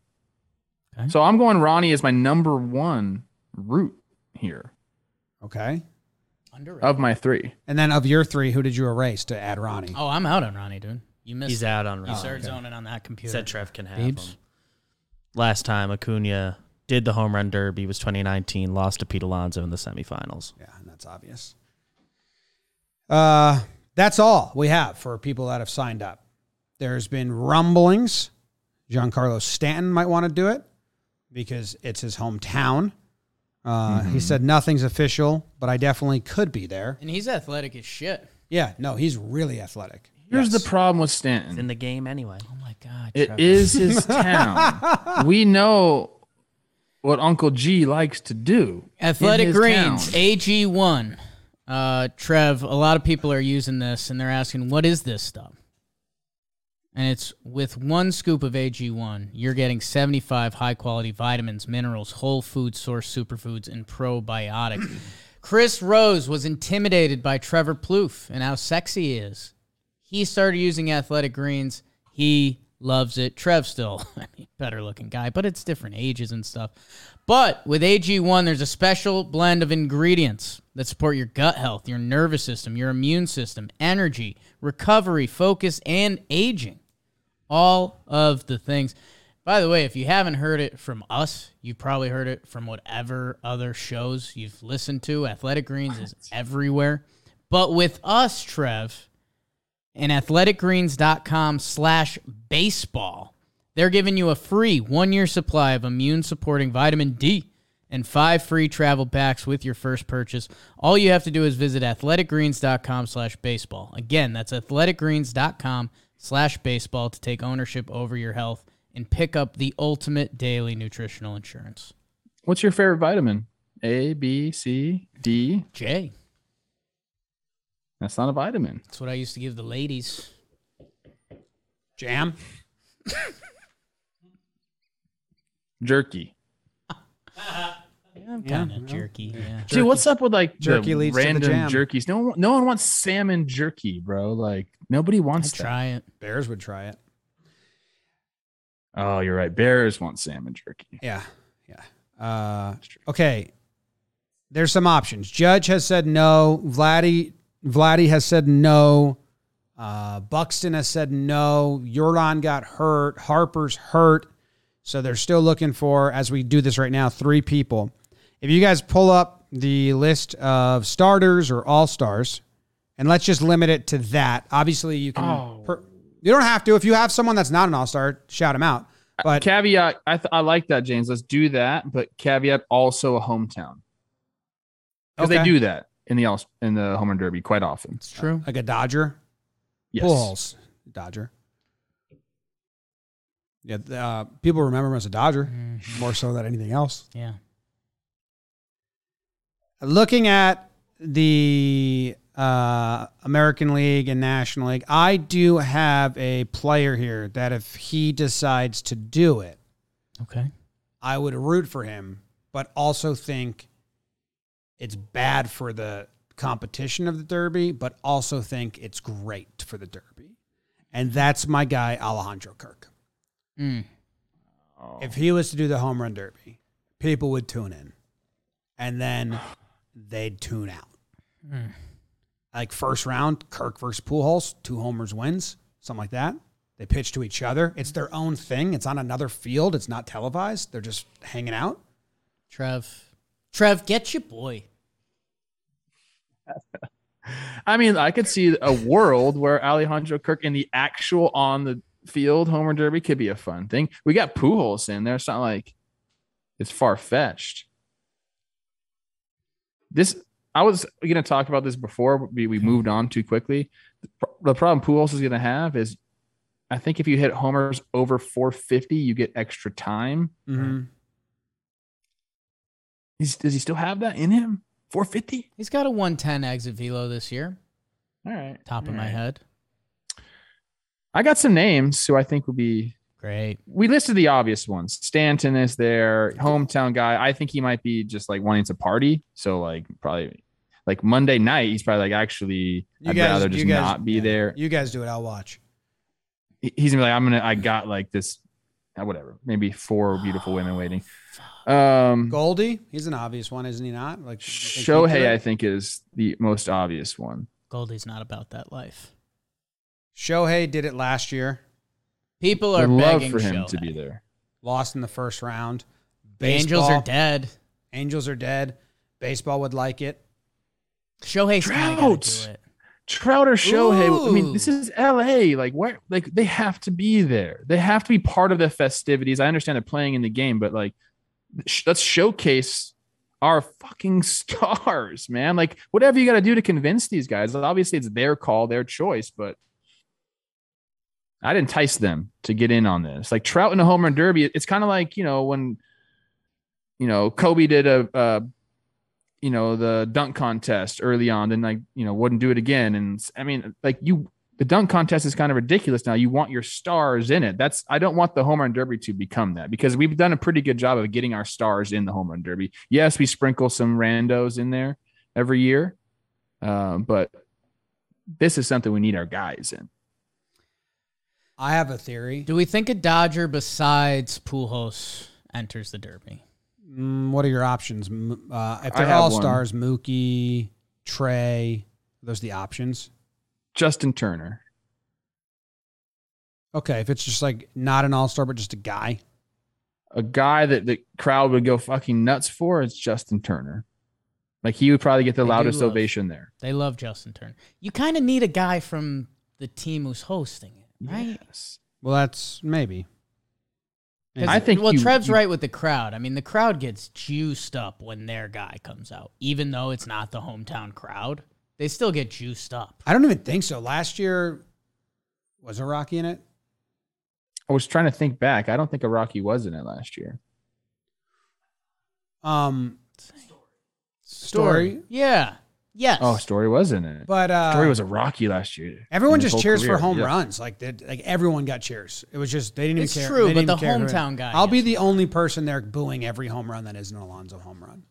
Speaker 3: Okay.
Speaker 2: So I'm going Ronnie as my number one route here.
Speaker 1: Okay.
Speaker 3: Underrated.
Speaker 2: of my three.
Speaker 1: And then of your three, who did you erase to add Ronnie?
Speaker 3: Oh, I'm out on Ronnie, dude. You missed.
Speaker 5: He's
Speaker 3: it.
Speaker 5: out on
Speaker 3: You
Speaker 5: Ronnie.
Speaker 3: started zoning on that computer.
Speaker 5: Said Trev can have
Speaker 3: Beebs.
Speaker 5: him. Last time Acuna did the home run derby was 2019. Lost to Pete Alonso in the semifinals.
Speaker 1: Yeah, and that's obvious. Uh, that's all we have for people that have signed up. There's been rumblings. Giancarlo Stanton might want to do it because it's his hometown. Uh,
Speaker 2: Mm-hmm.
Speaker 1: He said nothing's official, but I definitely could be there.
Speaker 3: And he's athletic as shit.
Speaker 1: Yeah, no, he's really athletic.
Speaker 2: Here's
Speaker 1: Yes.
Speaker 2: the problem with
Speaker 5: It's in
Speaker 2: Stanton.
Speaker 5: the game anyway.
Speaker 3: Oh my god.
Speaker 2: It
Speaker 3: Trevor.
Speaker 2: is his town. We know what Uncle G likes to do. in
Speaker 3: Athletic
Speaker 2: his
Speaker 3: Greens,
Speaker 2: town.
Speaker 3: AG1. Uh, Trev, a lot of people are using this and they're asking, what is this stuff? And it's with one scoop of AG1, you're getting 75 high quality vitamins, minerals, whole food source superfoods, and probiotics. Chris Rose was intimidated by Trevor Plouffe and how sexy he is. He started using Athletic Greens. He loves it. Trev still, I mean, better looking guy, but it's different ages and stuff. But with AG1, there's a special blend of ingredients that support your gut health, your nervous system, your immune system, energy, recovery, focus, and aging. All of the things. By the way, if you haven't heard it from us, you've probably heard it from whatever other shows you've listened to. Athletic Greens is everywhere. But with us, Trev, and athleticgreens.com slash baseball. They're giving you a free one year supply of immune supporting vitamin D and five free travel packs with your first purchase. All you have to do is visit athleticgreens.com slash baseball. Again, that's athleticgreens.com slash baseball to take ownership over your health and pick up the ultimate daily nutritional insurance.
Speaker 2: What's your favorite vitamin? A, B, C, D.
Speaker 3: Jay,
Speaker 2: That's not a vitamin.
Speaker 3: that's what I used to give the ladies.
Speaker 1: Jam.
Speaker 2: Jerky.
Speaker 3: I'm kind of jerky. Yeah.
Speaker 2: Dude, what's up with like
Speaker 1: Jerky
Speaker 2: jerky
Speaker 1: leads to the
Speaker 2: random
Speaker 1: jam.
Speaker 2: jerkies? No, one, no one wants salmon jerky, bro. Like nobody wants that.
Speaker 3: Try it.
Speaker 1: Bears would try it.
Speaker 2: Oh, you're right. Bears want salmon jerky.
Speaker 1: Yeah, yeah. Uh, okay, there's some options. Judge has said no. Vladdy Vladdy has said no. Uh, Buxton has said no. Euron got hurt. Harper's hurt. So they're still looking for, as we do this right now, three people. If you guys pull up the list of starters or all stars, and let's just limit it to that. Obviously, you can. per- you don't have to. If you have someone that's not an all star, shout him out.
Speaker 2: Uh,
Speaker 1: But
Speaker 2: Caveat. I th- I like that, James. Let's do that, but caveat also a hometown because
Speaker 1: Okay.
Speaker 2: they do that in the all in the home run derby quite often.
Speaker 3: It's true.
Speaker 1: like a Dodger,
Speaker 2: Yes.
Speaker 1: Pujols, Dodger. Yeah, th- uh, people remember him as a Dodger more so than anything else.
Speaker 3: Mm. Yeah.
Speaker 1: Looking at the uh, American League and National League, I do have a player here that if he decides to do it,
Speaker 3: Okay.
Speaker 1: I would root for him, but also think it's bad for the competition of the Derby, but also think it's great for the Derby. And that's my guy, Alejandro Kirk.
Speaker 3: Mm.
Speaker 2: Oh.
Speaker 1: If he was to do the home run derby, people would tune in and then they'd tune out.
Speaker 2: Hmm.
Speaker 3: Mm.
Speaker 1: Like first round, Kirk versus Pujols, two homers wins, something like that. They pitch to each other. It's their own thing. It's on another field. It's not televised. They're just hanging out.
Speaker 3: Trev. Trev, get your boy.
Speaker 2: I mean, I could see a world where Alejandro Kirk in the actual on the field home run derby could be a fun thing. We got Pujols in there. It's not like it's far fetched. This I was going to talk about this before we, we moved on too quickly. The pro- The problem Pujols is going to have is, I think if you hit homers over 450, you get extra time.
Speaker 1: Mm-hmm.
Speaker 2: He's, does he still have that in him? 450.
Speaker 3: He's got a 110 exit velo this year,
Speaker 2: All right.
Speaker 3: top of my head.
Speaker 2: I got some names who I think would be
Speaker 3: Great.
Speaker 2: we listed the obvious ones. Stanton is their hometown guy. I think he might be just like wanting to party. So like probably like Monday night, he's probably like actually I'd rather just not be
Speaker 1: yeah,
Speaker 2: there.
Speaker 1: You guys do it. I'll watch.
Speaker 2: He- He's gonna be like I'm gonna I got like this uh, whatever, maybe four beautiful women waiting. Um,
Speaker 1: Goldie, he's an obvious one, isn't he? Not like you think he could?
Speaker 2: Shohei, I think, is the most obvious one.
Speaker 3: Goldie's not about that life.
Speaker 1: Shohei did it last year,
Speaker 3: People are
Speaker 2: I'd love
Speaker 3: begging
Speaker 2: for him
Speaker 3: Shohei.
Speaker 2: to be there.
Speaker 1: lost in the first round.
Speaker 3: The Angels
Speaker 1: Baseball-
Speaker 3: are dead.
Speaker 1: Angels are dead. Baseball would like it.
Speaker 3: Shohei's Trout.
Speaker 2: Trout.
Speaker 3: do it.
Speaker 2: Trout or Shohei. I mean, this
Speaker 3: Ooh.
Speaker 2: is LA. Like, where? Like, they have to be there. They have to be part of the festivities. I understand they're playing in the game, but like, sh- let's showcase our fucking stars, man. Like, whatever you got to do to convince these guys. like, obviously, it's their call, their choice, but I'd entice them to get in on this. Like Trout in a home run derby. It's kind of like you know when, you know, Kobe did a. a you know the dunk contest early on then like you know wouldn't do it again and s- i mean like you the dunk contest is kind of ridiculous now you want your stars in it that's i don't want the home run derby to become that because we've done a pretty good job of getting our stars in the home run derby yes we sprinkle some randos in there every year um, but this is something we need our guys in
Speaker 1: I have a theory.
Speaker 3: Do we think a Dodger besides Pujols enters the Derby?
Speaker 1: Mm, what are your options? M- Uh, if
Speaker 2: I
Speaker 1: they're
Speaker 2: have
Speaker 1: all
Speaker 2: one.
Speaker 1: stars, Mookie, Trey, those the options.
Speaker 2: justin turner
Speaker 1: Okay, if it's just like not an all star, but just a guy.
Speaker 2: a guy that the crowd would go fucking nuts for is justin turner like he would probably get the
Speaker 3: I do
Speaker 2: loudest
Speaker 3: love-
Speaker 2: ovation there
Speaker 3: They love Justin Turner. You kind of need a guy from the team who's hosting it, right?
Speaker 2: yes.
Speaker 1: Well, that's maybe.
Speaker 3: 'Cause-
Speaker 2: I think
Speaker 3: Well,
Speaker 2: you-
Speaker 3: Trev's
Speaker 2: you-
Speaker 3: right with the crowd. I mean, the crowd gets juiced up when their guy comes out, even though it's not the hometown crowd. They still get juiced up.
Speaker 1: I don't even think so. Last year, was a Rocky in it?
Speaker 2: I was trying to think back. I don't think Iraqi was in it last year.
Speaker 1: Um,
Speaker 3: Story.
Speaker 1: story.
Speaker 3: Yeah. Yes.
Speaker 2: Oh, Story was in it.
Speaker 1: But uh,
Speaker 2: Story was Iraqi last year.
Speaker 1: everyone
Speaker 2: His
Speaker 1: just
Speaker 2: whole
Speaker 1: cheers
Speaker 2: career,
Speaker 1: for home
Speaker 2: yeah.
Speaker 1: runs. Like they, like everyone got cheers. It was just they didn't
Speaker 3: It's
Speaker 1: even care.
Speaker 3: true,
Speaker 1: They
Speaker 3: but
Speaker 1: didn't
Speaker 3: the
Speaker 1: care who-
Speaker 3: hometown guy
Speaker 1: I'll be
Speaker 3: gets
Speaker 1: the only person there booing every home run that isn't an Alonzo home run.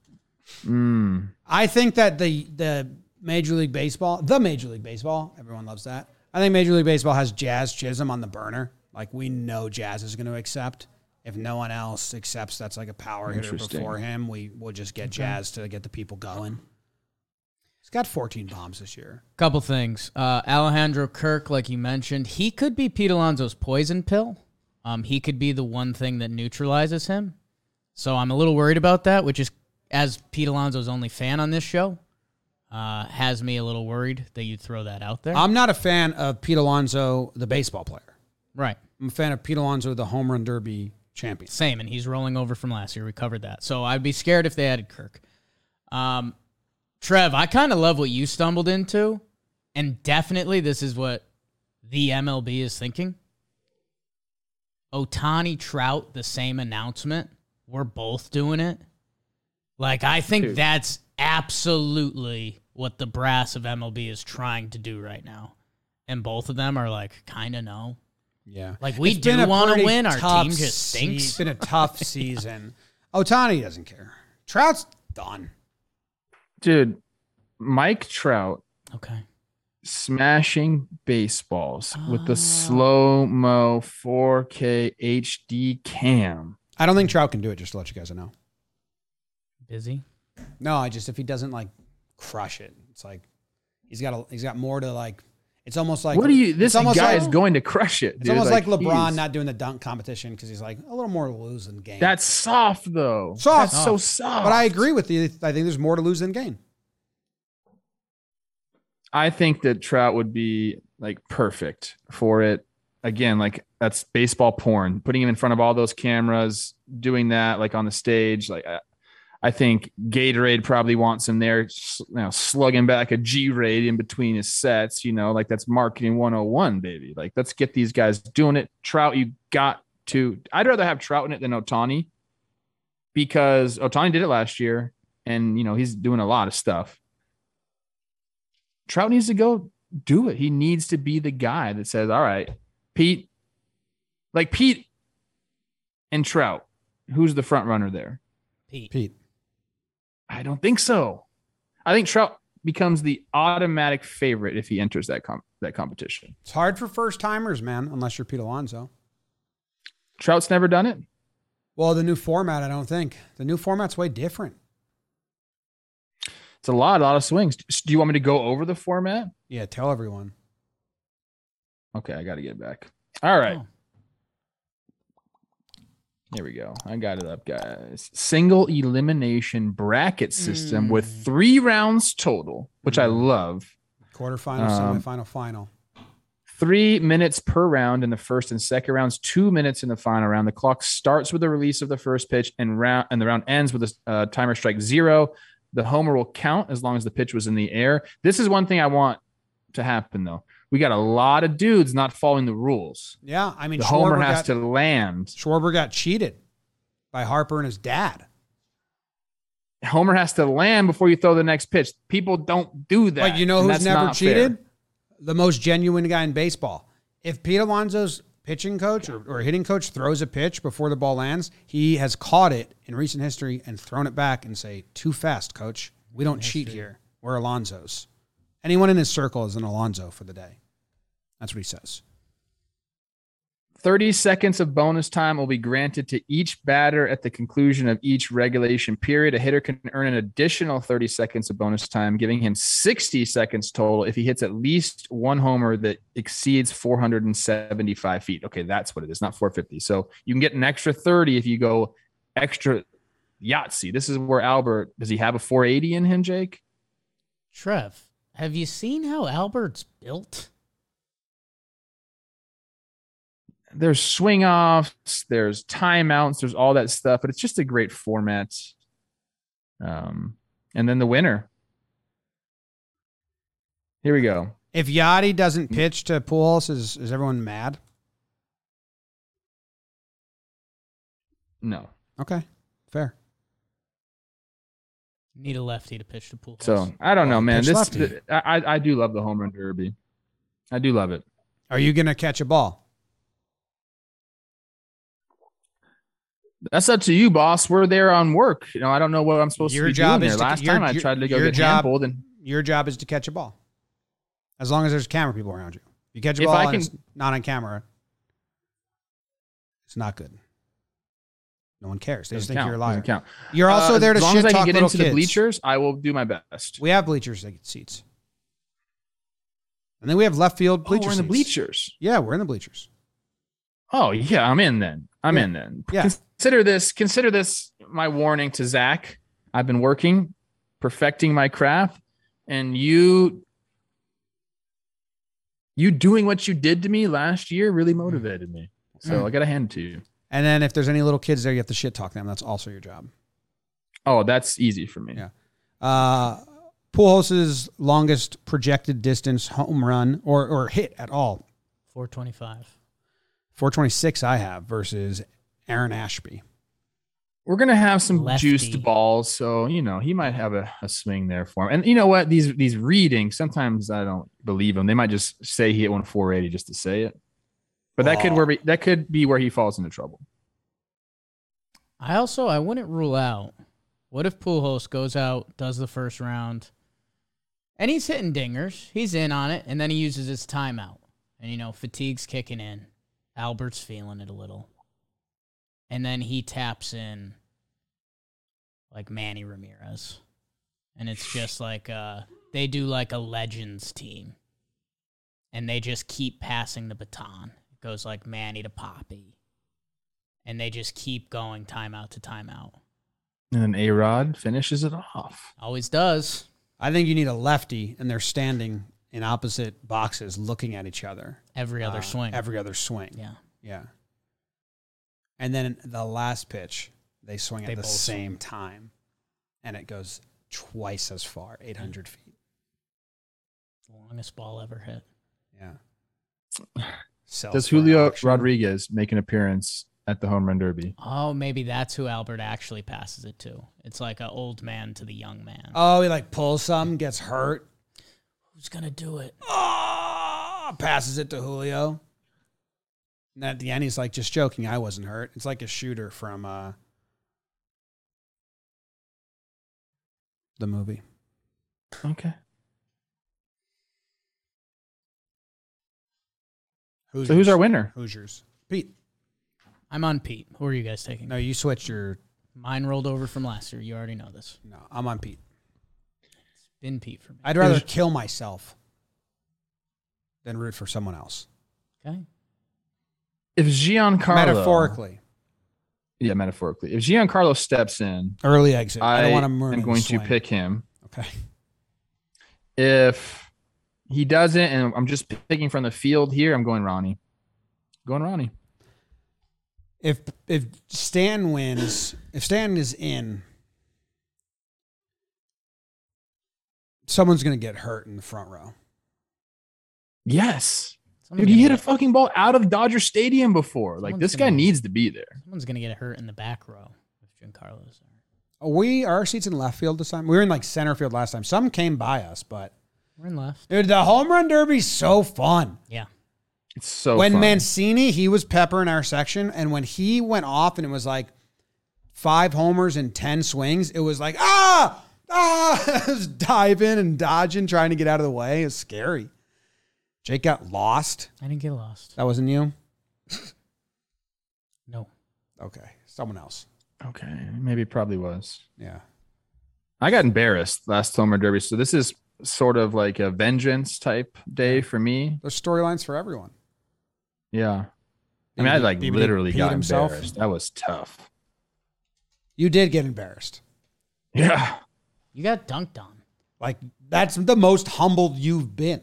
Speaker 2: Mm.
Speaker 1: I think that the the Major League Baseball, the Major League Baseball, everyone loves that. I think Major League Baseball has Jazz Chisholm on the burner. Like we know Jazz is going to accept. If no one else accepts, that's like a power hitter
Speaker 2: Interesting.
Speaker 1: before him. We will just get Jazz to get the people going. He's got 14 bombs this year.
Speaker 3: Couple things. Uh, Alejandro Kirk, like you mentioned, he could be Pete Alonso's poison pill. Um, he could be the one thing that neutralizes him. So I'm a little worried about that, which is, as Pete Alonso's only fan on this show, uh, has me a little worried that you throw that out there.
Speaker 1: I'm not a fan of Pete Alonso, the baseball player.
Speaker 3: right.
Speaker 1: I'm a fan of Pete Alonso, the home run derby champion.
Speaker 3: Same, and he's rolling over from last year. We covered that. So I'd be scared if they added Kirk. Um, Trev, I kind of love what you stumbled into, and definitely this is what the MLB is thinking. Otani Trout, the same announcement. We're both doing it. Like, I think
Speaker 2: Dude.
Speaker 3: that's absolutely what the brass of MLB is trying to do right now. And both of them are like, kind of no.
Speaker 1: Yeah.
Speaker 3: Like, we
Speaker 1: It's
Speaker 3: do
Speaker 1: been a
Speaker 3: want to
Speaker 1: pretty
Speaker 3: win. Our
Speaker 1: tough
Speaker 3: team just
Speaker 1: se-
Speaker 3: stinks.
Speaker 1: It's been a tough season. Otani doesn't care. Trout's done.
Speaker 2: Dude, Mike Trout
Speaker 3: Okay.
Speaker 2: smashing baseballs with
Speaker 1: Oh.
Speaker 2: the slow mo 4K HD cam.
Speaker 1: I don't think Trout can do it. Just to let you guys know.
Speaker 3: Busy.
Speaker 1: No, I just if he doesn't like crush it, it's like he's got a, he's got more to like. It's almost like
Speaker 2: what do you? This
Speaker 1: it's almost
Speaker 2: guy
Speaker 1: like,
Speaker 2: is going to crush it.
Speaker 1: It's
Speaker 2: dude.
Speaker 1: almost like, LeBron
Speaker 2: he's-
Speaker 1: not doing the dunk competition because he's like a little more to lose than game.
Speaker 2: That's soft though.
Speaker 1: Soft.
Speaker 2: That's so soft.
Speaker 1: but I agree with you. I think there's more to lose than gain.
Speaker 2: I think that Trout would be like perfect for it. Again, like that's baseball porn. Putting him in front of all those cameras, doing that like on the stage, like I, I think Gatorade probably wants him there, s- you know, slugging back a G raid in between his sets. You know, like that's marketing 101, baby. Like let's get these guys doing it. Trout, you got to. I'd rather have Trout in it than Otani because Otani did it last year, and you know he's doing a lot of stuff. Trout needs to go do it. He needs to be the guy that says, "All right, Pete." Like Pete and Trout, who's the front runner there?
Speaker 3: Pete.
Speaker 1: Pete,
Speaker 2: I don't think so. I think Trout becomes the automatic favorite if he enters that com- that competition.
Speaker 1: it's hard for first timers, man. Unless you're Pete Alonso.
Speaker 2: Trout's never done it.
Speaker 1: Well, the new format, I don't think. The new format's way different.
Speaker 2: It's a lot, a lot of swings. Do you want me to go over the format?
Speaker 1: Yeah, tell everyone.
Speaker 2: Okay, I got to get it back. All right.
Speaker 3: Oh.
Speaker 2: Here we go. I got it up, guys. Single elimination bracket system with three rounds total, which I love.
Speaker 1: Quarterfinal,
Speaker 2: Um,
Speaker 1: semifinal, final.
Speaker 2: Three minutes per round in the first and second rounds, two minutes in the final round. The clock starts with the release of the first pitch, and round and the round ends with a uh, timer strike zero. The homer will count as long as the pitch was in the air. This is one thing I want to happen, though. We got a lot of dudes not following the rules.
Speaker 1: Yeah, I mean,
Speaker 2: The homer
Speaker 1: Schwarber
Speaker 2: has
Speaker 1: got,
Speaker 2: to land.
Speaker 1: Schwarber got cheated by Harper and his dad.
Speaker 2: Homer has to land before you throw the next pitch. People don't do that.
Speaker 1: But you know
Speaker 2: and
Speaker 1: who's
Speaker 2: that's
Speaker 1: never
Speaker 2: not fair.
Speaker 1: cheated? The most genuine guy in baseball. If Pete Alonso's pitching coach or, or hitting coach throws a pitch before the ball lands, he has caught it in recent history and thrown it back and say, "Too fast, coach. We don't cheat here. We're Alonzo's." Anyone in his circle is an Alonzo for the day. That's what he says.
Speaker 2: 30 seconds of bonus time will be granted to each batter at the conclusion of each regulation period. A hitter can earn an additional 30 seconds of bonus time, giving him 60 seconds total if he hits at least one homer that exceeds 475 feet. Okay, that's what it is, not 450. So you can get an extra 30 if you go extra Yahtzee. This is where Albert does he have a 480 in him, Jake?
Speaker 3: Trev, have you seen how Albert's built?
Speaker 2: there's swing offs, there's timeouts, there's all that stuff, but it's just a great format. Um, and then the winner. Here we go.
Speaker 1: If Yachty
Speaker 2: Mm.
Speaker 1: doesn't pitch to Pujols, is is everyone mad?
Speaker 2: No.
Speaker 1: Okay, fair.
Speaker 3: Need a lefty to pitch the pool.
Speaker 2: So I don't know, man.
Speaker 1: pitch
Speaker 2: This
Speaker 1: lefty.
Speaker 2: th- I I do love the home run derby. I do love it.
Speaker 1: Are you gonna catch a ball?
Speaker 2: That's up to you, boss. We're there on work. You know, I don't know what I'm supposed
Speaker 1: Your
Speaker 2: to be
Speaker 1: job
Speaker 2: doing
Speaker 1: is
Speaker 2: there.
Speaker 1: to-
Speaker 2: Last
Speaker 1: your-
Speaker 2: time I
Speaker 1: your-
Speaker 2: tried to go
Speaker 1: your
Speaker 2: get
Speaker 1: job-
Speaker 2: handballed, and
Speaker 1: Your job is to catch a ball. As long as there's camera people around you. If you catch a
Speaker 2: If
Speaker 1: ball
Speaker 2: I
Speaker 1: and
Speaker 2: can-
Speaker 1: it's not on camera, it's not good. No one cares. They just
Speaker 2: doesn't
Speaker 1: think
Speaker 2: count,
Speaker 1: you're a
Speaker 2: doesn't
Speaker 1: liar.
Speaker 2: count.
Speaker 1: You're also
Speaker 2: Uh,
Speaker 1: there to
Speaker 2: as long
Speaker 1: shit
Speaker 2: as I
Speaker 1: talk
Speaker 2: can get
Speaker 1: little
Speaker 2: into
Speaker 1: kids.
Speaker 2: the bleachers. I will do my best.
Speaker 1: We have bleachers that get seats. And then we have left field
Speaker 2: Oh,
Speaker 1: bleachers.
Speaker 2: we're in the bleachers.
Speaker 1: Yeah, we're in the bleachers.
Speaker 2: Oh yeah, I'm in then. I'm
Speaker 1: Yeah.
Speaker 2: in then.
Speaker 1: Yeah.
Speaker 2: Consider this. Consider this my warning to Zach. I've been working, perfecting my craft, and you, you doing what you did to me last year really
Speaker 1: Mm.
Speaker 2: motivated me. So I got to hand it to you.
Speaker 1: And then if there's any little kids there, you have to shit talk them. That's also your job.
Speaker 2: Oh, that's easy for me.
Speaker 1: Yeah. Uh, Pujols' longest projected distance home run or, or hit at all
Speaker 3: 425.
Speaker 1: 426 I have versus Aaron Ashby.
Speaker 2: We're gonna have some
Speaker 3: Lefty.
Speaker 2: juiced balls, so you know he might have a, a swing there for him. And you know what? These these readings sometimes I don't believe them. They might just say he hit one 480 just to say it. But that could
Speaker 1: Aw.
Speaker 2: where we, that could be where he falls into trouble.
Speaker 3: I also I wouldn't rule out. What if Pujols goes out, does the first round, and he's hitting dingers, he's in on it, and then he uses his timeout, and you know fatigue's kicking in, Albert's feeling it a little, and then he taps in like Manny Ramirez, and it's just like uh, they do like a Legends team, and they just keep passing the baton. It goes like Manny to Poppy and they just keep going timeout to timeout.
Speaker 2: And then A Rod finishes it off.
Speaker 3: Always does.
Speaker 1: I think you need a lefty, and they're standing in opposite boxes looking at each other.
Speaker 3: Every other
Speaker 1: Uh,
Speaker 3: swing.
Speaker 1: Every other swing. Yeah.
Speaker 3: yeah.
Speaker 1: And then the last pitch, they swing
Speaker 3: They
Speaker 1: at the
Speaker 3: both
Speaker 1: same time, and it goes twice as far, 800 feet.
Speaker 3: Longest ball ever hit.
Speaker 1: Yeah. Sells
Speaker 2: Does
Speaker 1: for an
Speaker 2: Julio
Speaker 1: auction.
Speaker 2: Rodriguez make an appearance at the home run derby?
Speaker 3: Oh, maybe that's who Albert actually passes it to. It's like an old man to the young man.
Speaker 1: Oh, he like pulls some, gets hurt,
Speaker 3: Who's going to do it?
Speaker 1: ah, passes it to Julio. And at the end, he's like, just joking, I wasn't hurt. It's like a shooter from uh, the movie.
Speaker 2: Okay.
Speaker 1: Hoosiers.
Speaker 2: So who's our winner?
Speaker 1: Hoosiers? Pete.
Speaker 3: I I'm on Pete. Who are you guys taking?
Speaker 1: No, you switched your.
Speaker 3: Mine rolled over from last year. You already know this.
Speaker 1: No, I'm on Pete.
Speaker 3: Been Pete for me.
Speaker 1: I'd rather kill myself than root for someone else.
Speaker 3: Okay.
Speaker 2: If Giancarlo
Speaker 1: Metaphorically,
Speaker 2: yeah, metaphorically, if Giancarlo steps in,
Speaker 1: early exit. I,
Speaker 2: I,
Speaker 1: don't want to
Speaker 2: am
Speaker 1: murder.
Speaker 2: going to pick him.
Speaker 1: Okay.
Speaker 2: If he doesn't, and I'm just picking from the field here, I'm going Ronnie. Going Ronnie.
Speaker 1: If if Stan wins, if Stan is in, someone's going to get hurt in the front row.
Speaker 2: Yes. Dude,
Speaker 3: Someone's
Speaker 2: he
Speaker 3: gonna
Speaker 2: hit a
Speaker 3: get-
Speaker 2: fucking ball out of Dodger Stadium before. Like,
Speaker 3: Someone's
Speaker 2: this guy
Speaker 3: gonna-
Speaker 2: needs to be there.
Speaker 3: Someone's gonna get hurt in the back row if Giancarlo's there.
Speaker 1: Are Oh, we our seats in left field this time? We were in like center field last time. Some came by us, but
Speaker 3: We're in left.
Speaker 1: dude, the home run derby's so fun.
Speaker 3: Yeah.
Speaker 2: It's so
Speaker 1: when
Speaker 2: fun.
Speaker 1: Mancini, he was peppering our section, and when he went off and it was like five homers and ten swings, it was like ah ah, just diving and dodging, trying to get out of the way. It's scary. Jake got lost.
Speaker 3: I didn't get lost.
Speaker 1: That wasn't you.
Speaker 3: No.
Speaker 1: Okay, someone else.
Speaker 2: Okay, maybe it probably was.
Speaker 1: Yeah.
Speaker 2: I got embarrassed last Homer Derby, so this is sort of like a vengeance type day for me.
Speaker 1: There's storylines for everyone.
Speaker 2: Yeah. I mean, I like
Speaker 1: BBD
Speaker 2: literally
Speaker 1: peed
Speaker 2: got
Speaker 1: himself.
Speaker 2: embarrassed. That was tough.
Speaker 1: You did get embarrassed.
Speaker 2: Yeah.
Speaker 3: You got dunked on.
Speaker 1: Like that's the most humbled you've been.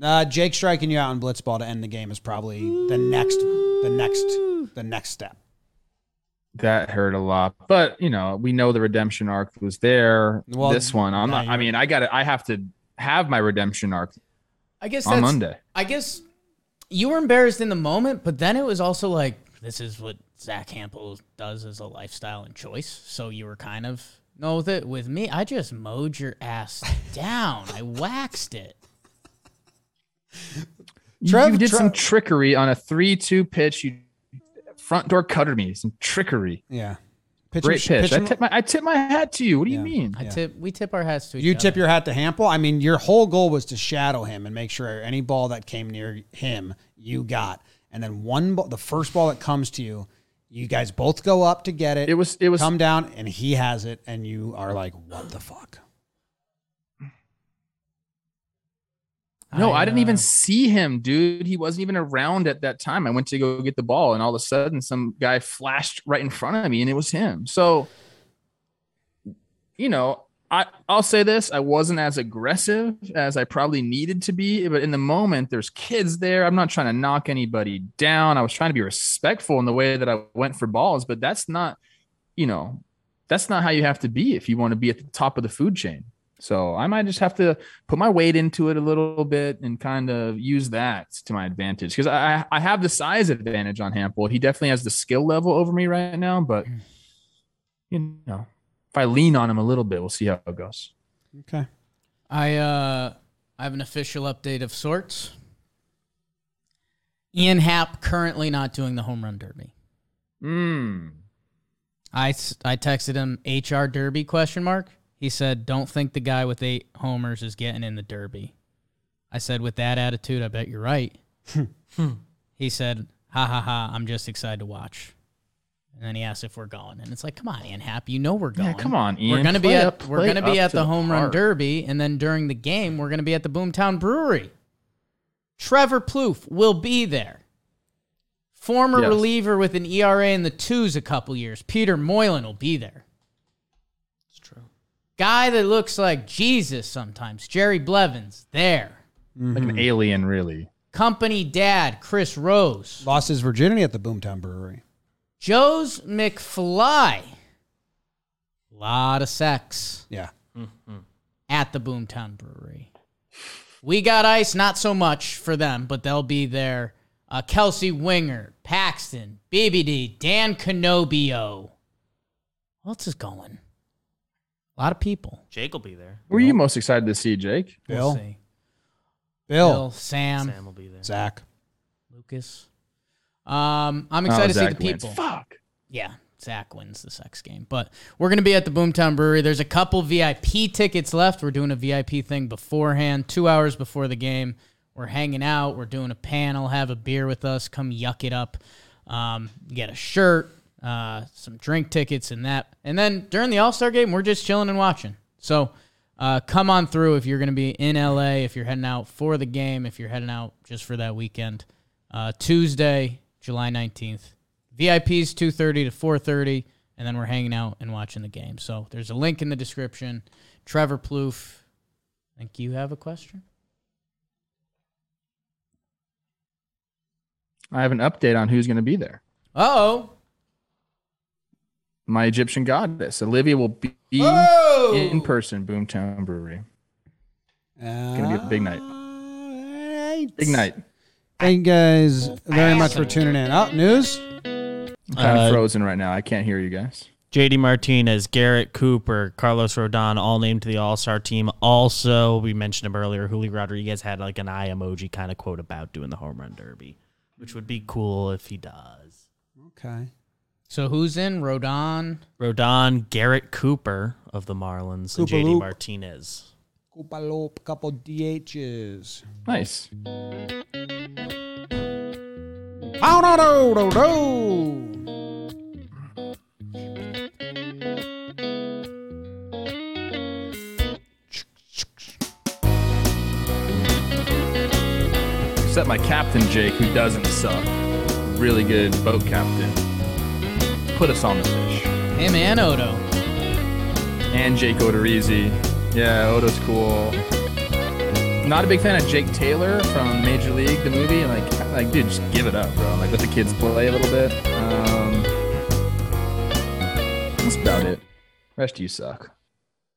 Speaker 1: Uh, Jake striking you out in blitzball to end the game is probably the next, the next, the next step.
Speaker 2: That hurt a lot. But, you know, we know the redemption arc was there.
Speaker 1: Well,
Speaker 2: this one, I'm not, I mean, I got to, I have to have my redemption arc
Speaker 3: I guess
Speaker 2: on
Speaker 3: that's
Speaker 2: Monday.
Speaker 3: I guess you were embarrassed in the moment, but then it was also like this is what Zach Hampel does as a lifestyle and choice. So you were kind of no with it. With me, I just mowed your ass down. I waxed it.
Speaker 2: You,
Speaker 1: Trev-
Speaker 2: you did
Speaker 1: Trev-
Speaker 2: some trickery on a 3 2 pitch. You front door cutter me, some trickery.
Speaker 1: Yeah, pitch
Speaker 2: Great pitch. I
Speaker 1: pitching-
Speaker 2: tip my, I tip my hat to you. What do you mean?
Speaker 3: I
Speaker 1: Yeah.
Speaker 3: tip. We tip our hats to each
Speaker 1: you
Speaker 3: other.
Speaker 1: tip your hat to Hampel. I mean, your whole goal was to shadow him and make sure any ball that came near him, you got. And then one, ball, the first ball that comes to you, you guys both go up to get it.
Speaker 2: It was, it was,
Speaker 1: come down, and he has it, and you are like, "What the fuck?"
Speaker 2: No, I, didn't
Speaker 3: uh,
Speaker 2: even see him, dude. He wasn't even around at that time. I went to go get the ball, and all of a sudden, some guy flashed right in front of me, and it was him. So, you know, I I'll say this: I wasn't as aggressive as I probably needed to be, but in the moment, there's kids there. I'm not trying to knock anybody down. I was trying to be respectful in the way that I went for balls, but that's not, you know, that's not how you have to be if you want to be at the top of the food chain. So I might just have to put my weight into it a little bit and kind of use that to my advantage because I I have the size advantage on Hampel. He definitely has the skill level over me right now, but
Speaker 3: Hmm.
Speaker 2: you know, if I lean on him a little bit, we'll see how it goes.
Speaker 1: Okay.
Speaker 3: I uh, I have an official update of sorts. Ian Happ currently not doing the home run derby.
Speaker 2: Mm.
Speaker 3: I, s- I texted him HR Derby question mark. He said, "Don't think the guy with eight homers is getting in the Derby." I said, "With that attitude, I bet you're right."
Speaker 2: Hmm.
Speaker 3: he said, "Ha ha ha! I'm just excited to watch." And then he asked if we're going, and it's like, "Come on, Ian Happ, you know we're going.
Speaker 2: Yeah, come on, Ian.
Speaker 3: We're gonna be
Speaker 2: Play
Speaker 3: at
Speaker 2: up-
Speaker 3: we're
Speaker 2: play
Speaker 3: gonna be
Speaker 2: up
Speaker 3: at
Speaker 2: to
Speaker 3: the
Speaker 2: the
Speaker 3: Home Run
Speaker 2: part.
Speaker 3: Derby, and then during the game, we're gonna be at the Boomtown Brewery. Trevor Plouffe will be there." Former
Speaker 2: Yes.
Speaker 3: reliever with an ERA in the twos a couple years, Peter Moylan will be there.
Speaker 5: It's true.
Speaker 3: Guy that looks like Jesus sometimes, Jerry Blevins, there.
Speaker 2: Like
Speaker 3: Mm-hmm.
Speaker 2: an alien, really.
Speaker 3: Company dad, Chris Rose.
Speaker 1: Lost his virginity at the Boomtown Brewery.
Speaker 3: Joe's McFly. Lot of sex
Speaker 1: Yeah.
Speaker 5: Mm-hmm.
Speaker 3: at the Boomtown Brewery. We got ice, not so much for them, but they'll be there. Uh, Kelsey Winger, Paxton, BBD, Dan Canobio. Who else is going? A lot of people.
Speaker 5: Jake will be there.
Speaker 2: Were you most excited to see, Jake?
Speaker 1: Bill.
Speaker 3: We'll see.
Speaker 1: Bill.
Speaker 3: Bill, Sam.
Speaker 5: Sam will be there.
Speaker 1: Zach.
Speaker 3: Lucas. Um, I'm excited
Speaker 2: Oh,
Speaker 3: to see the
Speaker 2: Zach wins.
Speaker 3: people.
Speaker 2: Fuck.
Speaker 3: Yeah, Zach wins the sex game, but we're gonna be at the Boomtown Brewery. There's a couple VIP tickets left. We're doing a VIP thing beforehand, two hours before the game. We're hanging out. We're doing a panel. Have a beer with us. Come yuck it up. Um, get a shirt, uh, some drink tickets, and that. And then during the All Star game, we're just chilling and watching. So uh, come on through if you're going to be in LA, if you're heading out for the game, if you're heading out just for that weekend. Uh, Tuesday, July 19th. VIPs 2:30 to 4:30 and then we're hanging out and watching the game. So there's a link in the description. Trevor Plouffe, I think you have a question?
Speaker 2: I have an update on who's going to be there.
Speaker 3: Oh.
Speaker 2: My Egyptian goddess, Olivia, will be
Speaker 3: Oh.
Speaker 2: in person. Boomtown Brewery.
Speaker 1: Gonna
Speaker 2: be a big night.
Speaker 1: All right.
Speaker 2: Big night.
Speaker 1: Thank you guys very much for tuning in. Oh, news.
Speaker 2: I'm kind
Speaker 5: Uh,
Speaker 2: of frozen right now. I can't hear you guys.
Speaker 5: JD Martinez, Garrett Cooper, Carlos Rodon, all named to the All Star team. Also, we mentioned him earlier. Julio Rodriguez had like an eye emoji kind of quote about doing the home run derby, which would be cool if he does.
Speaker 1: Okay.
Speaker 3: So who's in? Rodon.
Speaker 5: Rodon, Garrett Cooper of the Marlins, and JD
Speaker 1: Coopaloop.
Speaker 5: Martinez.
Speaker 1: Coopalope, couple DHs.
Speaker 2: Nice.
Speaker 1: Oh, no, no, no, no.
Speaker 2: Except my captain, Jake, who doesn't suck. Really good boat captain. Put us on the fish.
Speaker 3: Him and Odo.
Speaker 2: and Jake Odorizzi. Yeah, Odo's cool. Not a big fan of Jake Taylor from Major League, the movie. Like, like, dude, just give it up, bro. Like, let the kids play a little bit. Um, that's about it. Rest of you suck.